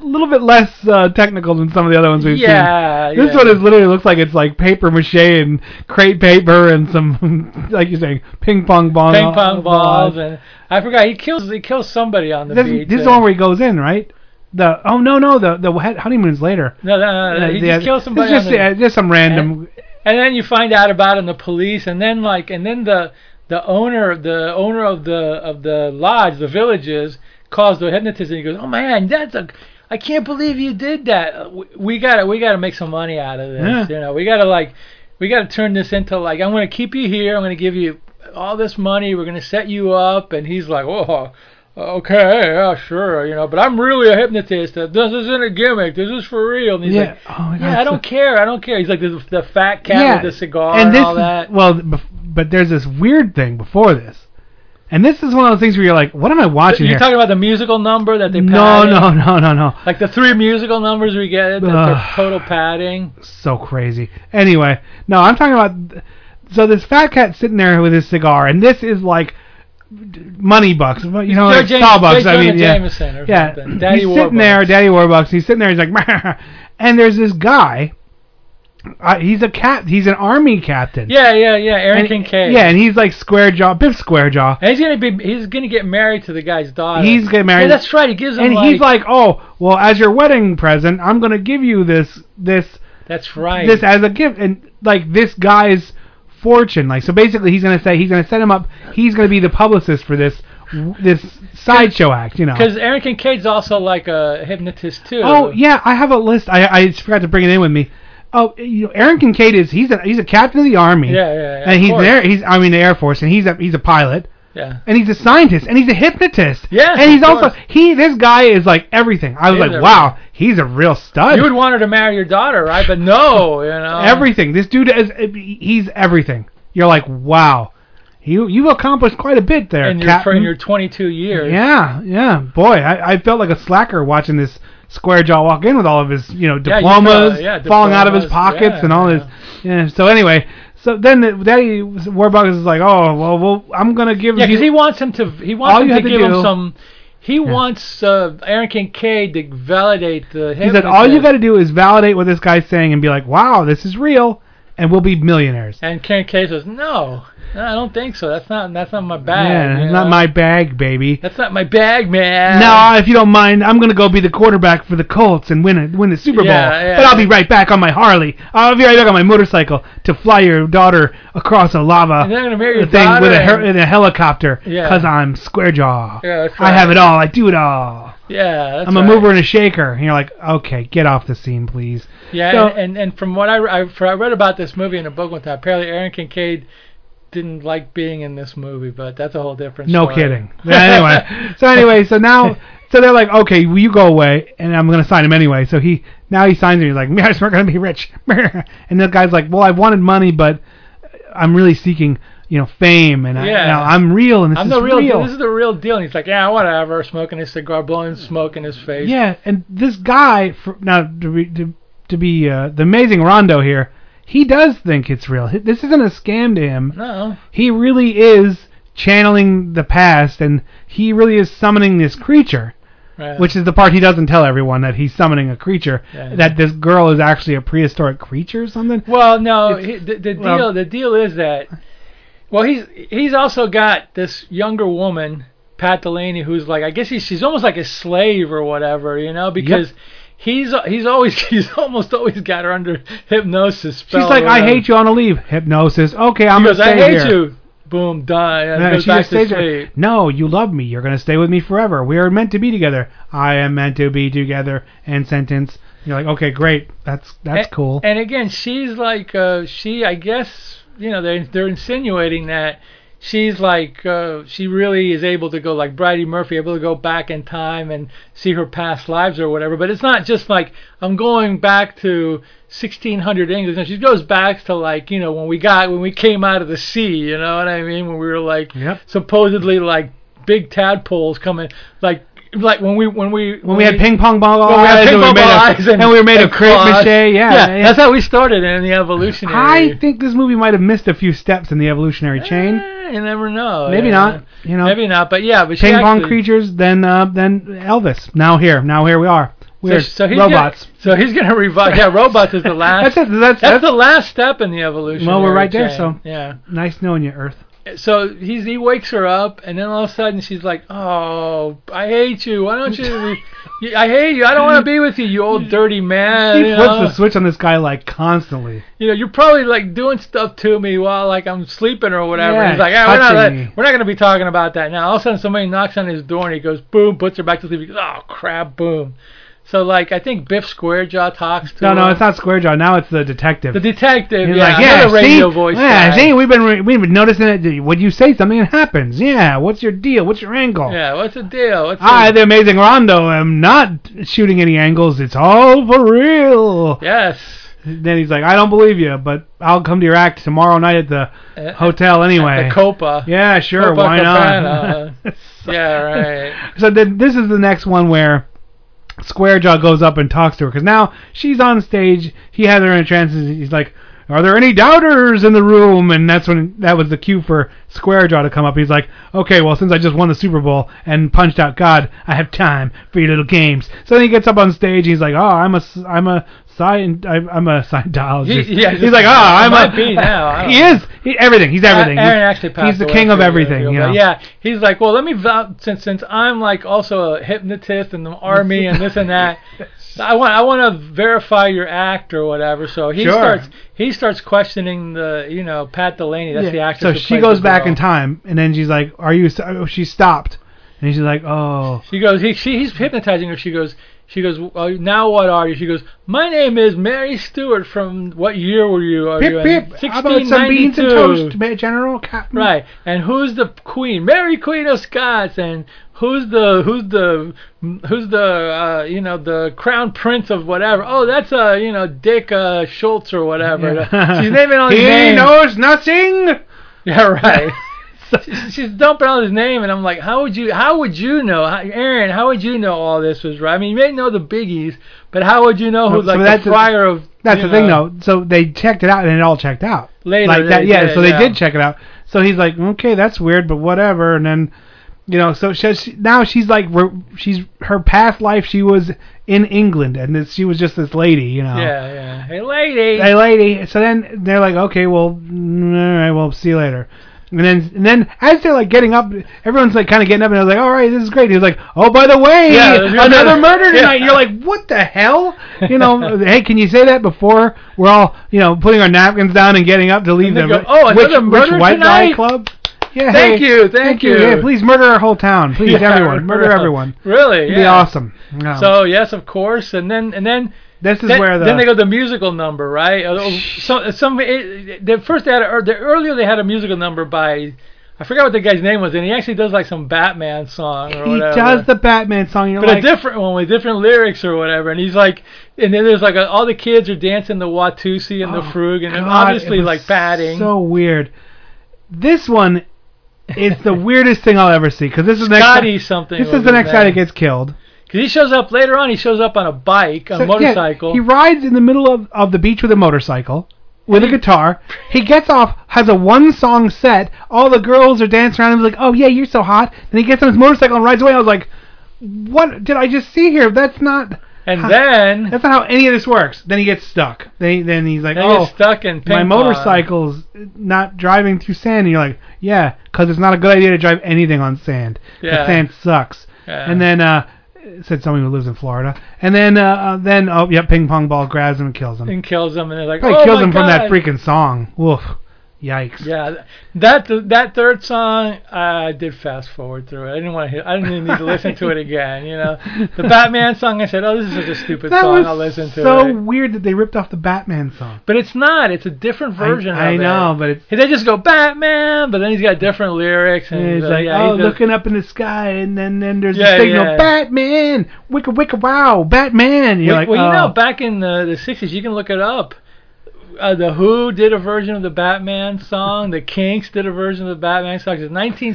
[SPEAKER 2] a little bit less uh, technical than some of the other ones we've
[SPEAKER 1] yeah,
[SPEAKER 2] seen. This
[SPEAKER 1] yeah.
[SPEAKER 2] one is literally looks like it's like paper mache and crepe paper and some (laughs) like you're saying ping pong ball
[SPEAKER 1] ping pong balls, and I forgot he kills he kills somebody on the
[SPEAKER 2] This,
[SPEAKER 1] beach.
[SPEAKER 2] this is the
[SPEAKER 1] uh,
[SPEAKER 2] one where he goes in, right? The oh no no the the he- honeymoon's later.
[SPEAKER 1] no, no, no, no, he
[SPEAKER 2] Uh, yeah,
[SPEAKER 1] just kills
[SPEAKER 2] (laughs)
[SPEAKER 1] somebody.
[SPEAKER 2] It's just,
[SPEAKER 1] on the,
[SPEAKER 2] yeah, just some random.
[SPEAKER 1] and then you find out about it in the police and then like and then the the owner the owner of the of the lodge the villages calls the hypnotist and he goes oh man that's a I can't believe you did that. We- We got to we got to make some money out of this.
[SPEAKER 2] Yeah.
[SPEAKER 1] You know, we got to like we got to turn this into like I'm going to keep you here. I'm going to give you all this money. We're going to set you up. And he's like, "Whoa, okay, yeah, sure, you know, but I'm really a hypnotist. This isn't a gimmick. This is for real." And he's
[SPEAKER 2] yeah.
[SPEAKER 1] like,
[SPEAKER 2] oh my God.
[SPEAKER 1] yeah, I
[SPEAKER 2] it's
[SPEAKER 1] don't care. I don't care. He's like the, the fat cat with the cigar
[SPEAKER 2] and
[SPEAKER 1] and,
[SPEAKER 2] this,
[SPEAKER 1] all that.
[SPEAKER 2] Well, bef- but there's this weird thing before this, and this is one of those things where you're like, what am I watching
[SPEAKER 1] You're
[SPEAKER 2] here?
[SPEAKER 1] talking about the musical number that they
[SPEAKER 2] no,
[SPEAKER 1] padded?
[SPEAKER 2] no, no, no, no.
[SPEAKER 1] Like the three musical numbers we get, the
[SPEAKER 2] Ugh.
[SPEAKER 1] total padding.
[SPEAKER 2] So crazy. Anyway, no, I'm talking about. So this fat cat sitting there with his cigar, and this is like money bucks, you know,
[SPEAKER 1] Joe
[SPEAKER 2] Oh, like
[SPEAKER 1] James-
[SPEAKER 2] Starbucks.
[SPEAKER 1] Joe
[SPEAKER 2] I mean,
[SPEAKER 1] Jonah
[SPEAKER 2] yeah,
[SPEAKER 1] Jameson or
[SPEAKER 2] yeah.
[SPEAKER 1] something. Daddy
[SPEAKER 2] he's sitting there,
[SPEAKER 1] Warbucks.
[SPEAKER 2] Daddy Warbucks. He's sitting there. He's like, (laughs) and there's this guy. Uh, he's a cat. He's an army captain.
[SPEAKER 1] Yeah, yeah, yeah. Aaron
[SPEAKER 2] and,
[SPEAKER 1] Kincaid.
[SPEAKER 2] Yeah, and he's like square jaw, Biff square jaw.
[SPEAKER 1] And he's gonna be. He's gonna get married to the guy's daughter.
[SPEAKER 2] He's getting married.
[SPEAKER 1] Yeah, that's right. He gives him.
[SPEAKER 2] and he's like, "Oh, well, as your wedding present, I'm gonna give you this, this,
[SPEAKER 1] That's right.
[SPEAKER 2] this as a gift." And like this guy's fortune, like so, basically, he's gonna say he's gonna set him up. He's gonna be the publicist for this, this sideshow act, you know.
[SPEAKER 1] Because Aaron Kincaid's also like a hypnotist too.
[SPEAKER 2] Oh yeah, I have a list. I I just forgot to bring it in with me. Oh, you know, Aaron Kincaid is he's a he's a captain of the army.
[SPEAKER 1] Yeah, yeah, yeah, of
[SPEAKER 2] and he's
[SPEAKER 1] course.
[SPEAKER 2] there. He's I mean the Air Force, and he's a he's a pilot.
[SPEAKER 1] Yeah.
[SPEAKER 2] and he's a scientist and he's a hypnotist.
[SPEAKER 1] Yes,
[SPEAKER 2] and he's
[SPEAKER 1] of
[SPEAKER 2] also
[SPEAKER 1] course.
[SPEAKER 2] he this guy is like everything. I was
[SPEAKER 1] He is
[SPEAKER 2] like, wow, he's a real stud.
[SPEAKER 1] You would want her to marry your daughter, right? But no, you know.
[SPEAKER 2] everything. This dude is he's everything. You're like, wow, you you accomplished quite a bit there,
[SPEAKER 1] in your,
[SPEAKER 2] Captain.
[SPEAKER 1] for in your 22 years.
[SPEAKER 2] yeah, yeah, boy, I, I felt like a slacker watching this square jaw walk in with all of his you know
[SPEAKER 1] Yeah, you
[SPEAKER 2] diplomas
[SPEAKER 1] saw- yeah,
[SPEAKER 2] falling out of his
[SPEAKER 1] diplomas,
[SPEAKER 2] pockets
[SPEAKER 1] yeah,
[SPEAKER 2] and all his. Yeah. So anyway. So then, the, Daddy Warbucks is like, "Oh, well, well, I'm gonna give
[SPEAKER 1] Yeah,
[SPEAKER 2] you."
[SPEAKER 1] because he wants him to. He wants
[SPEAKER 2] All
[SPEAKER 1] him
[SPEAKER 2] you
[SPEAKER 1] to
[SPEAKER 2] had to
[SPEAKER 1] give him
[SPEAKER 2] do-
[SPEAKER 1] some. He wants uh, Aaron Kincaid to validate the.
[SPEAKER 2] He
[SPEAKER 1] hypnotist.
[SPEAKER 2] said, all you got to do is validate what this guy's saying and be like, wow, this is real, and we'll be millionaires.
[SPEAKER 1] And Kincaid says, "No, no, I don't think so. That's not. That's not my bag.
[SPEAKER 2] yeah,
[SPEAKER 1] you
[SPEAKER 2] not
[SPEAKER 1] know?
[SPEAKER 2] my bag, baby.
[SPEAKER 1] That's not my bag, man.
[SPEAKER 2] Now, if you don't mind, I'm gonna go be the quarterback for the Colts and win a, win the Super Bowl.
[SPEAKER 1] Yeah, yeah.
[SPEAKER 2] But I'll be right back on my Harley. I'll be right back on my motorcycle to fly your daughter across a lava
[SPEAKER 1] And they're gonna marry your
[SPEAKER 2] thing with a,
[SPEAKER 1] daughter
[SPEAKER 2] her-
[SPEAKER 1] and-
[SPEAKER 2] in a helicopter
[SPEAKER 1] Yeah.
[SPEAKER 2] because I'm square jaw.
[SPEAKER 1] Yeah, that's
[SPEAKER 2] I
[SPEAKER 1] right.
[SPEAKER 2] have it all. I do it all.
[SPEAKER 1] Yeah, that's
[SPEAKER 2] I'm a
[SPEAKER 1] right.
[SPEAKER 2] mover and a shaker. And you're like, okay, get off the scene, please.
[SPEAKER 1] Yeah,
[SPEAKER 2] So-
[SPEAKER 1] and, and and from what I, re- I for I read about this movie in a book one time. Apparently, Aaron Kincaid didn't like being in this movie, but that's a whole different.
[SPEAKER 2] No
[SPEAKER 1] story.
[SPEAKER 2] kidding. Yeah,
[SPEAKER 1] (laughs)
[SPEAKER 2] anyway, so anyway, so now, so they're like, okay, well, you go away, and I'm gonna sign him anyway. So he now he signs him. He's like, yeah, we're gonna be rich. (laughs) and the guy's like, well, I wanted money, but I'm really seeking, you know, fame, and I,
[SPEAKER 1] Yeah.
[SPEAKER 2] now I'm real, and this
[SPEAKER 1] I'm
[SPEAKER 2] is
[SPEAKER 1] the real, deal. This is the real deal. And he's like, yeah, whatever. Smoking his cigar, blowing smoke in his face.
[SPEAKER 2] yeah, and this guy, for, now to be, to, to be uh, the amazing Rondo here, he does think it's real. He- This isn't a scam to him.
[SPEAKER 1] No.
[SPEAKER 2] He really is channeling the past, and he really is summoning this creature,
[SPEAKER 1] Right.
[SPEAKER 2] which is the part he doesn't tell everyone that he's summoning a creature.
[SPEAKER 1] Yeah.
[SPEAKER 2] That this girl is actually a prehistoric creature or something.
[SPEAKER 1] Well, no,
[SPEAKER 2] It's-
[SPEAKER 1] he, the, the deal
[SPEAKER 2] well-
[SPEAKER 1] the deal is that well he's he's also got this younger woman Pat Delaney who's like I guess he's, she's almost like a slave or whatever you know because he's he's always (laughs) he's almost always got her under hypnosis.
[SPEAKER 2] She's like, I hate you. I want to leave. Hypnosis. Okay, I'm
[SPEAKER 1] She goes,
[SPEAKER 2] gonna
[SPEAKER 1] I
[SPEAKER 2] stay
[SPEAKER 1] hate
[SPEAKER 2] here.
[SPEAKER 1] you. Boom, die. And
[SPEAKER 2] No,
[SPEAKER 1] goes
[SPEAKER 2] she
[SPEAKER 1] back
[SPEAKER 2] just
[SPEAKER 1] to
[SPEAKER 2] stays there.
[SPEAKER 1] sleep.
[SPEAKER 2] No, you love me. You're gonna stay with me forever. We are meant to be together. I am meant to be together. End sentence. You're like, okay, great. That's that's
[SPEAKER 1] And-
[SPEAKER 2] cool.
[SPEAKER 1] And again, she's like, uh, she, I guess, you know, they're they're insinuating that she's like, uh, she really is able to go like Brady Murphy, able to go back in time and see her past lives or whatever. But it's not just like I'm going back to 1600 England. No, she goes back to like, you know, when we got when we came out of the sea. You know what I mean? When we were like
[SPEAKER 2] Yep.
[SPEAKER 1] supposedly like big tadpoles coming, like like when we when we
[SPEAKER 2] when we had ping pong ball
[SPEAKER 1] well, we had
[SPEAKER 2] eyes,
[SPEAKER 1] ping
[SPEAKER 2] and we
[SPEAKER 1] pong
[SPEAKER 2] made
[SPEAKER 1] ball
[SPEAKER 2] a-
[SPEAKER 1] eyes (laughs) and,
[SPEAKER 2] and we were made of crepe
[SPEAKER 1] claws.
[SPEAKER 2] mache. Yeah,
[SPEAKER 1] yeah,
[SPEAKER 2] yeah.
[SPEAKER 1] that's how we started in the evolutionary.
[SPEAKER 2] I think this movie might have missed a few steps in the evolutionary chain.
[SPEAKER 1] Eh, you never know.
[SPEAKER 2] Maybe
[SPEAKER 1] yeah.
[SPEAKER 2] not. You know,
[SPEAKER 1] Maybe not. But yeah, but she
[SPEAKER 2] ping pong
[SPEAKER 1] actually-
[SPEAKER 2] creatures. Then uh, then Elvis. Now here. Now here we are.
[SPEAKER 1] So,
[SPEAKER 2] We're
[SPEAKER 1] so he's
[SPEAKER 2] robots.
[SPEAKER 1] Gonna, so he's gonna revive. Yeah, robots is the
[SPEAKER 2] (laughs) That's
[SPEAKER 1] last.
[SPEAKER 2] it. That's,
[SPEAKER 1] That's
[SPEAKER 2] that's,
[SPEAKER 1] the last step in the evolution.
[SPEAKER 2] Well, we're right there, so-
[SPEAKER 1] yeah.
[SPEAKER 2] nice knowing you, Earth.
[SPEAKER 1] So he's he wakes her up, and then all of a sudden she's like, "Oh, I hate you. Why
[SPEAKER 2] (laughs)
[SPEAKER 1] don't you? re- you- I hate you. I don't want to be with you, you old dirty man."
[SPEAKER 2] He
[SPEAKER 1] you
[SPEAKER 2] flips
[SPEAKER 1] know?
[SPEAKER 2] the switch on this guy like constantly.
[SPEAKER 1] you know, you're probably like doing stuff to me while like I'm sleeping or whatever.
[SPEAKER 2] Yeah,
[SPEAKER 1] He's like, "Ah, we're not,
[SPEAKER 2] touching me."
[SPEAKER 1] we're not gonna be talking about that now. All of a sudden, somebody knocks on his door and he goes, boom, puts her back to sleep. He goes, oh crap, boom. So like, I think Biff Squarejaw talks to
[SPEAKER 2] No, no,
[SPEAKER 1] him.
[SPEAKER 2] it's not Squarejaw. Now it's the detective.
[SPEAKER 1] the detective.
[SPEAKER 2] He's
[SPEAKER 1] yeah,
[SPEAKER 2] like, yeah,
[SPEAKER 1] another radio
[SPEAKER 2] see,
[SPEAKER 1] voice.
[SPEAKER 2] yeah,
[SPEAKER 1] guy.
[SPEAKER 2] see, we've been re- we've been noticing it. When you say something, it happens. Yeah, what's your deal? What's your angle?
[SPEAKER 1] Yeah, what's the deal? What's
[SPEAKER 2] I,
[SPEAKER 1] the-
[SPEAKER 2] the amazing Rondo, am not shooting any angles. It's all for real.
[SPEAKER 1] yes.
[SPEAKER 2] Then he's like, I don't believe you, but I'll come to your act tomorrow night at the
[SPEAKER 1] At-
[SPEAKER 2] hotel anyway.
[SPEAKER 1] Eh, (laughs) The Copa.
[SPEAKER 2] yeah, sure, why not?
[SPEAKER 1] Copacabana.
[SPEAKER 2] (laughs)
[SPEAKER 1] yeah, right.
[SPEAKER 2] So then this is the next one where Squarejaw goes up and talks to her because now she's on stage. He has her in a trance. and He's like, "Are there any doubters in the room?" And that's when that was the cue for Squarejaw to come up. He's like, "Okay, well, since I just won the Super Bowl and punched out God, I have time for your little games." So then he gets up on stage. He's like, "Oh, I'm a, s- I'm a." Scient- I'm I'm a Scientologist.
[SPEAKER 1] He- (laughs) yeah,
[SPEAKER 2] he's like, oh, I'm
[SPEAKER 1] might
[SPEAKER 2] a.
[SPEAKER 1] be now, I
[SPEAKER 2] (laughs)
[SPEAKER 1] don't
[SPEAKER 2] he is he, everything. He's everything.
[SPEAKER 1] Uh, Aaron actually passed
[SPEAKER 2] he's the
[SPEAKER 1] away
[SPEAKER 2] king of
[SPEAKER 1] three years
[SPEAKER 2] everything.
[SPEAKER 1] ago,
[SPEAKER 2] you
[SPEAKER 1] but
[SPEAKER 2] know?
[SPEAKER 1] Yeah, he's like, well, let me vow since since I'm like also a hypnotist
[SPEAKER 2] (laughs)
[SPEAKER 1] in the army and this and that. I want I want to verify your act or whatever. So he
[SPEAKER 2] Sure.
[SPEAKER 1] starts he starts questioning the you know Pat Delaney. That's the
[SPEAKER 2] Yeah,
[SPEAKER 1] actress.
[SPEAKER 2] So
[SPEAKER 1] who
[SPEAKER 2] she
[SPEAKER 1] played
[SPEAKER 2] goes
[SPEAKER 1] the
[SPEAKER 2] back
[SPEAKER 1] girl.
[SPEAKER 2] in time, and then she's like, "Are you?" oh, She stopped, and she's like, "Oh."
[SPEAKER 1] She goes. He, she, he's hypnotizing her. She goes. She goes. Well, now what are you? She goes. My name is Mary Stewart. From what year were you? Are you
[SPEAKER 2] Pip,
[SPEAKER 1] in?
[SPEAKER 2] pip. How about some beans and
[SPEAKER 1] 1692.
[SPEAKER 2] toast, Ma- General Captain?
[SPEAKER 1] Right. And who's the queen? Mary Queen of Scots. And who's the who's the who's the uh, you know the crown prince of whatever? Oh, that's uh you know Dick uh, Schultz or whatever.
[SPEAKER 2] Yeah. (laughs)
[SPEAKER 1] (laughs) She's naming all these
[SPEAKER 2] he
[SPEAKER 1] names.
[SPEAKER 2] knows nothing.
[SPEAKER 1] (laughs) Yeah,
[SPEAKER 2] (laughs)
[SPEAKER 1] right. She- She's dumping out his name, and I'm like, how would you? How would you know, how, Aaron? How would you know all this was right? I mean, you may know the biggies, but how would you know who's
[SPEAKER 2] So
[SPEAKER 1] like
[SPEAKER 2] that's
[SPEAKER 1] the
[SPEAKER 2] the-
[SPEAKER 1] friar of?
[SPEAKER 2] That's
[SPEAKER 1] you
[SPEAKER 2] the thing,
[SPEAKER 1] know,
[SPEAKER 2] though. So they checked it out, and it all checked out.
[SPEAKER 1] Later,
[SPEAKER 2] like
[SPEAKER 1] they
[SPEAKER 2] that, yeah.
[SPEAKER 1] did,
[SPEAKER 2] so they
[SPEAKER 1] yeah.
[SPEAKER 2] did check it out. So he's like, "Okay, that's weird, but whatever." And then, you know, so she, she, now she's like, re- she's her past life. She was in England, and this, she was just this lady, you know.
[SPEAKER 1] Yeah, yeah. Hey, lady.
[SPEAKER 2] hey lady. So then they're like, okay, well, mm, all right, well, see you later. And then, and then as they're like getting up, everyone's like kind of getting up, and they're like, all right, this is great. He's like, oh, by the way,
[SPEAKER 1] Yeah,
[SPEAKER 2] another murder
[SPEAKER 1] (laughs) yeah.
[SPEAKER 2] tonight. You're like, what the hell? You
[SPEAKER 1] (laughs)
[SPEAKER 2] know, hey, can you say that before we're all, you know, putting our napkins down and getting up to leave
[SPEAKER 1] they
[SPEAKER 2] them?
[SPEAKER 1] go, "Oh,
[SPEAKER 2] which,
[SPEAKER 1] another
[SPEAKER 2] which
[SPEAKER 1] murder
[SPEAKER 2] white guy
[SPEAKER 1] tonight?"
[SPEAKER 2] club? Yeah,
[SPEAKER 1] Thank
[SPEAKER 2] hey,
[SPEAKER 1] you, thank you.
[SPEAKER 2] Yeah, please murder our whole town, please,
[SPEAKER 1] (laughs) Yeah,
[SPEAKER 2] everyone, murder everyone.
[SPEAKER 1] (laughs) Really?
[SPEAKER 2] It'd
[SPEAKER 1] Yeah.
[SPEAKER 2] be awesome. Um,
[SPEAKER 1] So yes, of course, and then and then
[SPEAKER 2] this is
[SPEAKER 1] then,
[SPEAKER 2] where the
[SPEAKER 1] then they go the musical number, right? Uh, Some some it, the first they had a, or the earlier they had a musical number by I forgot what the guy's name was, and he actually does like some Batman song or
[SPEAKER 2] he
[SPEAKER 1] whatever.
[SPEAKER 2] does the Batman song. You're
[SPEAKER 1] but
[SPEAKER 2] like,
[SPEAKER 1] a different one with different lyrics or whatever, and he's like, and then there's like a, all the kids are dancing the Watusi and the
[SPEAKER 2] Oh,
[SPEAKER 1] Frug, and
[SPEAKER 2] God,
[SPEAKER 1] obviously
[SPEAKER 2] it was
[SPEAKER 1] like batting.
[SPEAKER 2] So weird. This one is
[SPEAKER 1] (laughs)
[SPEAKER 2] the weirdest thing I'll ever see because this is the next
[SPEAKER 1] Scotty something.
[SPEAKER 2] This
[SPEAKER 1] was
[SPEAKER 2] is the
[SPEAKER 1] his
[SPEAKER 2] next guy that
[SPEAKER 1] name.
[SPEAKER 2] gets killed.
[SPEAKER 1] Cause he shows up later on. He shows up on a bike, on a
[SPEAKER 2] So, yeah,
[SPEAKER 1] motorcycle.
[SPEAKER 2] he rides in the middle of, of the beach with a motorcycle. with
[SPEAKER 1] (laughs)
[SPEAKER 2] a guitar. He gets off, has a one song set. All the girls are dancing around him, like, "Oh yeah, you're so hot." Then he gets on his motorcycle and rides away. I was like, "What did I just see here? That's not."
[SPEAKER 1] And
[SPEAKER 2] (laughs)
[SPEAKER 1] then
[SPEAKER 2] That's not how any of this works. Then he gets stuck. Then, he, then he's like,
[SPEAKER 1] then
[SPEAKER 2] "Oh,
[SPEAKER 1] you're stuck in
[SPEAKER 2] my
[SPEAKER 1] ping pong.
[SPEAKER 2] motorcycle's not driving through sand." And you're like, "Yeah, because it's not a good idea to drive anything on sand. 'cause
[SPEAKER 1] Yeah.
[SPEAKER 2] sand sucks."
[SPEAKER 1] Yeah.
[SPEAKER 2] And then uh, it said someone who lives in Florida. And then uh, uh, then oh yep, ping pong ball grabs him and kills him.
[SPEAKER 1] and kills him, and they're like,
[SPEAKER 2] Probably
[SPEAKER 1] "Oh
[SPEAKER 2] kills
[SPEAKER 1] my
[SPEAKER 2] him from that
[SPEAKER 1] God."
[SPEAKER 2] freaking song. Woof. Yikes.
[SPEAKER 1] Yeah, that that third song, I did fast forward through it. I didn't want to. Hear, I didn't even need to listen to it again. You know,
[SPEAKER 2] (laughs)
[SPEAKER 1] the Batman song. I said, "Oh, this is such a stupid
[SPEAKER 2] That
[SPEAKER 1] song.
[SPEAKER 2] was
[SPEAKER 1] I'll listen to
[SPEAKER 2] so
[SPEAKER 1] it."
[SPEAKER 2] weird that they ripped off the Batman song.
[SPEAKER 1] But it's not. It's a
[SPEAKER 2] I-
[SPEAKER 1] different version.
[SPEAKER 2] I
[SPEAKER 1] of
[SPEAKER 2] know,
[SPEAKER 1] It.
[SPEAKER 2] but it's,
[SPEAKER 1] Hey, They just go Batman, but then he's got different lyrics and
[SPEAKER 2] it's
[SPEAKER 1] uh,
[SPEAKER 2] like
[SPEAKER 1] yeah, he
[SPEAKER 2] oh,
[SPEAKER 1] does-
[SPEAKER 2] looking up in the sky, and then then there's
[SPEAKER 1] Yeah,
[SPEAKER 2] a signal,
[SPEAKER 1] yeah.
[SPEAKER 2] Batman, wicka wicka wow, Batman. You're
[SPEAKER 1] well,
[SPEAKER 2] like,
[SPEAKER 1] well, you
[SPEAKER 2] oh.
[SPEAKER 1] know, back in the the '60s, you can look it up. Uh, the Who did a version of the Batman song. The Kinks did a version of the Batman song. It's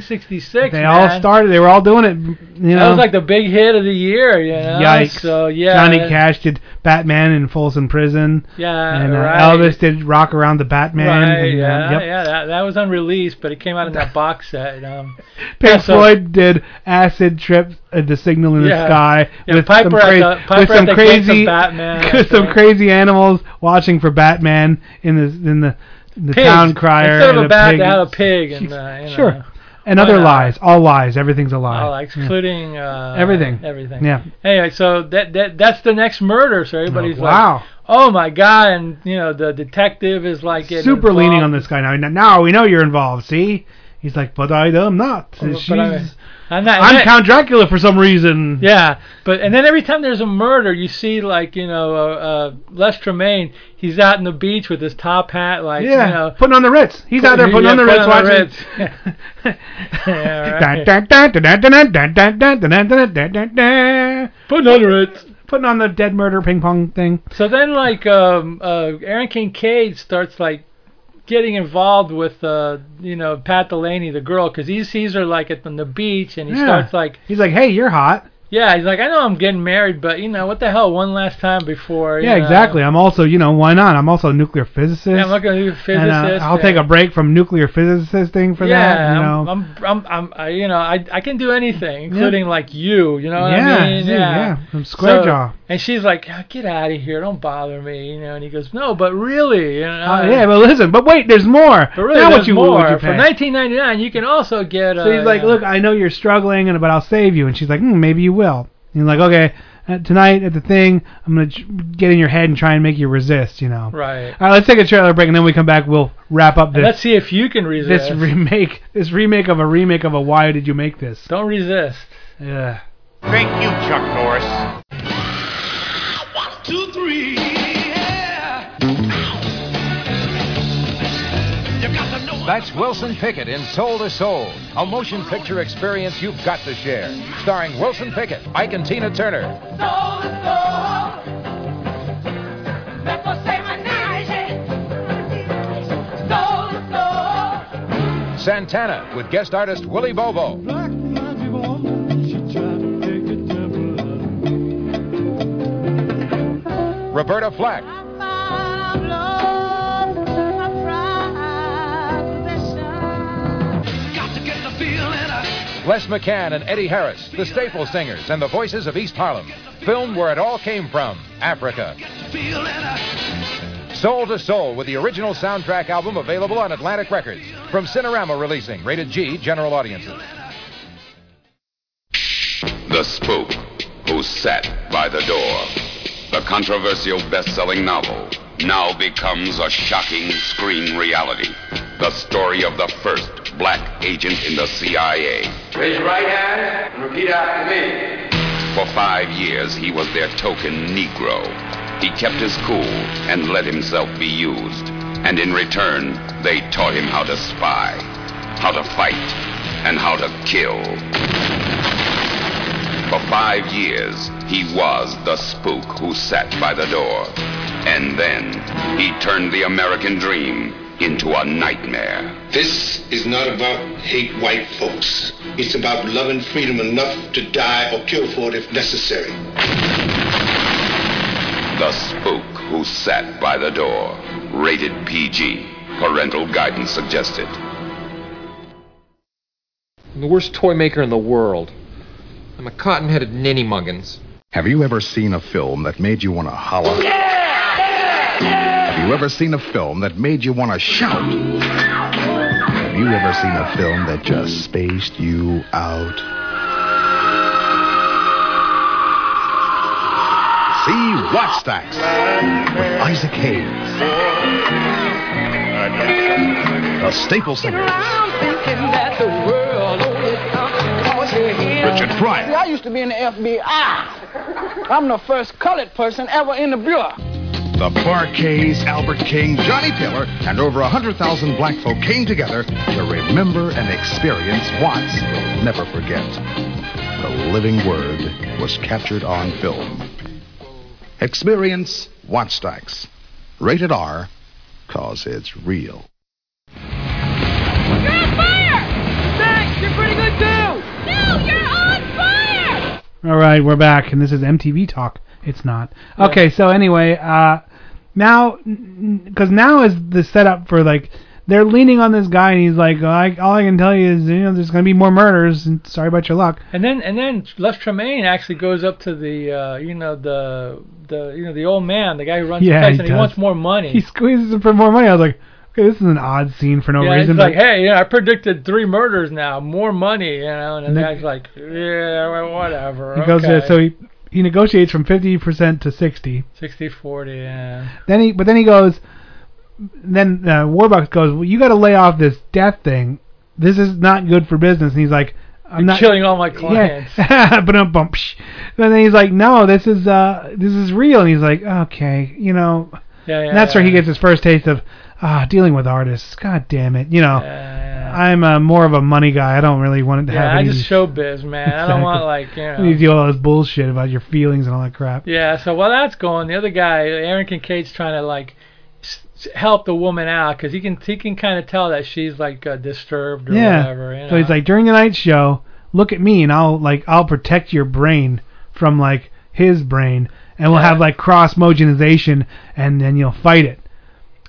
[SPEAKER 1] 1966.
[SPEAKER 2] they
[SPEAKER 1] man.
[SPEAKER 2] all started. They were all doing it. You know,
[SPEAKER 1] That was like the big hit of the year, you know.
[SPEAKER 2] yikes.
[SPEAKER 1] So yeah,
[SPEAKER 2] Johnny Cash did Batman in Folsom Prison,
[SPEAKER 1] Yeah,
[SPEAKER 2] and uh,
[SPEAKER 1] right.
[SPEAKER 2] Elvis did Rock Around the Batman.
[SPEAKER 1] Right,
[SPEAKER 2] and, uh,
[SPEAKER 1] yeah,
[SPEAKER 2] yep.
[SPEAKER 1] yeah. That, that was unreleased, but it came out in that box set. Um,
[SPEAKER 2] Pink
[SPEAKER 1] Yeah, so-
[SPEAKER 2] Floyd did Acid Trip at the Signal in the
[SPEAKER 1] Yeah.
[SPEAKER 2] Sky
[SPEAKER 1] Yeah,
[SPEAKER 2] with
[SPEAKER 1] Piper
[SPEAKER 2] some,
[SPEAKER 1] at
[SPEAKER 2] crazy,
[SPEAKER 1] the- Piper
[SPEAKER 2] with
[SPEAKER 1] at
[SPEAKER 2] some
[SPEAKER 1] the gates of
[SPEAKER 2] crazy
[SPEAKER 1] Batman, I
[SPEAKER 2] (laughs) with some
[SPEAKER 1] think.
[SPEAKER 2] crazy animals watching for Batman in the in the the
[SPEAKER 1] pigs.
[SPEAKER 2] town crier
[SPEAKER 1] Instead of
[SPEAKER 2] and
[SPEAKER 1] a bat,
[SPEAKER 2] pig.
[SPEAKER 1] they had a pig. And, uh, you
[SPEAKER 2] sure.
[SPEAKER 1] Know,
[SPEAKER 2] and
[SPEAKER 1] Why
[SPEAKER 2] other
[SPEAKER 1] not?
[SPEAKER 2] lies, all lies, everything's a lie.
[SPEAKER 1] all, excluding uh,
[SPEAKER 2] Everything.
[SPEAKER 1] Everything.
[SPEAKER 2] Yeah.
[SPEAKER 1] Anyway, so that that that's the next murder. So everybody's
[SPEAKER 2] Oh,
[SPEAKER 1] like,
[SPEAKER 2] wow.
[SPEAKER 1] "Oh my god!" And you know, the detective is like getting
[SPEAKER 2] Super leaning
[SPEAKER 1] involved.
[SPEAKER 2] on this guy now. Now we know you're involved. See, he's like, but I am not.
[SPEAKER 1] Oh, But
[SPEAKER 2] She's,
[SPEAKER 1] I- I'm not.
[SPEAKER 2] I'm
[SPEAKER 1] that-
[SPEAKER 2] Count Dracula for some reason.
[SPEAKER 1] Yeah, but and then every time there's a murder, you see like you know uh, uh, Les Tremaine. He's out on the beach with his top hat, like
[SPEAKER 2] Yeah,
[SPEAKER 1] you know.
[SPEAKER 2] putting on the Ritz. He's out there
[SPEAKER 1] Yeah,
[SPEAKER 2] putting on the
[SPEAKER 1] putting
[SPEAKER 2] Ritz,
[SPEAKER 1] on the
[SPEAKER 2] watching. (laughs)
[SPEAKER 1] Yeah, right.
[SPEAKER 2] Putting
[SPEAKER 1] Put under it.
[SPEAKER 2] on the dead murder ping pong thing.
[SPEAKER 1] So then like um, uh, Aaron Kincaid starts like getting involved with uh, you know Pat Delaney, the girl, because he sees her like at on the beach, and he
[SPEAKER 2] Yeah.
[SPEAKER 1] starts like
[SPEAKER 2] He's like, "Hey, you're hot."
[SPEAKER 1] yeah, he's like I know I'm getting married, but you know what the hell, one last time before. you
[SPEAKER 2] Yeah,
[SPEAKER 1] know,
[SPEAKER 2] exactly. I'm also, you know, why not? I'm also a nuclear physicist.
[SPEAKER 1] Yeah, I'm not gonna do physicist.
[SPEAKER 2] and uh, I'll
[SPEAKER 1] and-
[SPEAKER 2] take a break from nuclear physicist thing for
[SPEAKER 1] yeah,
[SPEAKER 2] that. You know.
[SPEAKER 1] I'm, I'm, I'm, I'm, I, you know, I, I can do anything, including like you. You know what
[SPEAKER 2] yeah,
[SPEAKER 1] I mean?
[SPEAKER 2] dude, yeah. I'm square
[SPEAKER 1] So-
[SPEAKER 2] jaw.
[SPEAKER 1] And she's like, "Ah, "Get out of here! Don't bother me." You know, and he goes, "No, but really, you know."
[SPEAKER 2] Uh, yeah, but listen, but wait, there's more.
[SPEAKER 1] but really,
[SPEAKER 2] now what
[SPEAKER 1] there's
[SPEAKER 2] you
[SPEAKER 1] more.
[SPEAKER 2] What would you
[SPEAKER 1] For
[SPEAKER 2] pay?
[SPEAKER 1] 1999, you can also get. Uh,
[SPEAKER 2] So he's like,
[SPEAKER 1] you know-
[SPEAKER 2] "Look, I know you're struggling, and but I'll save you." And she's like, hmm, "Maybe you will." And he's like, "Okay, uh, tonight at the thing, I'm gonna j- get in your head and try and make you resist." You know.
[SPEAKER 1] right.
[SPEAKER 2] All right, let's take a trailer break, and then we come back. We'll wrap up
[SPEAKER 1] And
[SPEAKER 2] this
[SPEAKER 1] let's see if you can resist.
[SPEAKER 2] this remake, this remake of a remake of a Why did you make this?
[SPEAKER 1] Don't resist.
[SPEAKER 2] Yeah.
[SPEAKER 9] Thank you, Chuck Norris.
[SPEAKER 5] That's Wilson Pickett in Soul to Soul, a motion picture experience you've got to share. Starring Wilson Pickett, Ike and Tina Turner. Santana with guest artist Willie Bobo. Roberta Flack. Les McCann and Eddie Harris, the Staple Singers, and the voices of East Harlem. Filmed where it all came from, Africa. Soul to Soul with the original soundtrack album available on Atlantic Records. From Cinerama Releasing, rated G, general audiences.
[SPEAKER 10] The Spook Who Sat by the Door. The controversial best-selling novel now becomes a shocking screen reality. The story of the first black agent in the CIA.
[SPEAKER 9] Raise your right hand and repeat after me.
[SPEAKER 10] For five years, he was their token Negro. He kept his cool and let himself be used. And in return, they taught him how to spy, how to fight, and how to kill. For five years, he was the spook who sat by the door. And then, he turned the American dream into a nightmare.
[SPEAKER 11] This is not about hate white folks. It's about loving freedom enough to die or kill for it if necessary.
[SPEAKER 10] The spook who sat by the door. Rated PG. Parental guidance suggested.
[SPEAKER 12] I'm the worst toy maker in the world. I'm a cotton-headed ninny muggins.
[SPEAKER 13] Have you ever seen a film that made you want to holler? Have you ever seen a film that made you want to shout? Have you ever seen a film that just spaced you out? See Wattstacks with Isaac Hayes. The Staple Singers. Richard Pryor.
[SPEAKER 14] See, I used to be in the FBI. I'm the first colored person ever in the Bureau.
[SPEAKER 13] The Barkays, Albert King, Johnny Taylor, and over 100,000 black folk came together to remember and experience Watts will never forget. The living word was captured on film. Experience Wattstacks. Rated R, cause it's real.
[SPEAKER 2] All right, we're back, and this is MTV Talk. It's not okay. So anyway, uh, now because now is the setup for like they're leaning on this guy, and he's like, I, all I can tell you is you know there's gonna be more murders, and sorry about your luck.
[SPEAKER 1] And then and then Les Tremaine actually goes up to the uh, you know the the you know the old man, the guy who runs
[SPEAKER 2] Yeah,
[SPEAKER 1] the place,
[SPEAKER 2] he
[SPEAKER 1] and he
[SPEAKER 2] does.
[SPEAKER 1] wants more money.
[SPEAKER 2] He squeezes him for more money. I was like, okay, this is an odd scene for no
[SPEAKER 1] yeah,
[SPEAKER 2] reason.
[SPEAKER 1] it's like,
[SPEAKER 2] but-
[SPEAKER 1] hey, you know, I predicted three murders now, more money, you know, and the
[SPEAKER 2] And then-
[SPEAKER 1] guy's like, yeah, well, whatever.
[SPEAKER 2] he goes uh,
[SPEAKER 1] okay.
[SPEAKER 2] so he he negotiates from 50% to 60.
[SPEAKER 1] 60-40, yeah.
[SPEAKER 2] Then he, but then he goes. Then uh, Warbucks goes, well, you got to lay off this death thing. This is not good for business. And he's like, I'm
[SPEAKER 1] You're
[SPEAKER 2] not
[SPEAKER 1] killing all my clients.
[SPEAKER 2] (laughs) Yeah. Ba-dum, bum, psh. and then he's like, no, this is uh, this is real. And he's like, okay, you know.
[SPEAKER 1] Yeah, yeah,
[SPEAKER 2] and that's where he
[SPEAKER 1] yeah.
[SPEAKER 2] gets his first taste of ah, dealing with artists. God damn it, you know. I'm uh, more of a money guy. I don't really want it to
[SPEAKER 1] Yeah,
[SPEAKER 2] have
[SPEAKER 1] I
[SPEAKER 2] any-
[SPEAKER 1] just showbiz, man. I don't want like you
[SPEAKER 2] You
[SPEAKER 1] know.
[SPEAKER 2] deal with all this bullshit about your feelings and all that crap.
[SPEAKER 1] Yeah, so while that's going, the other guy, Aaron Kincaid's trying to like s- s- help the woman out because he can he can kind of tell that she's like uh, disturbed or
[SPEAKER 2] yeah.
[SPEAKER 1] whatever. You know?
[SPEAKER 2] So he's like, during the night show, look at me and I'll like I'll protect your brain from like his brain, and we'll have like cross mogenization, and then you'll fight it.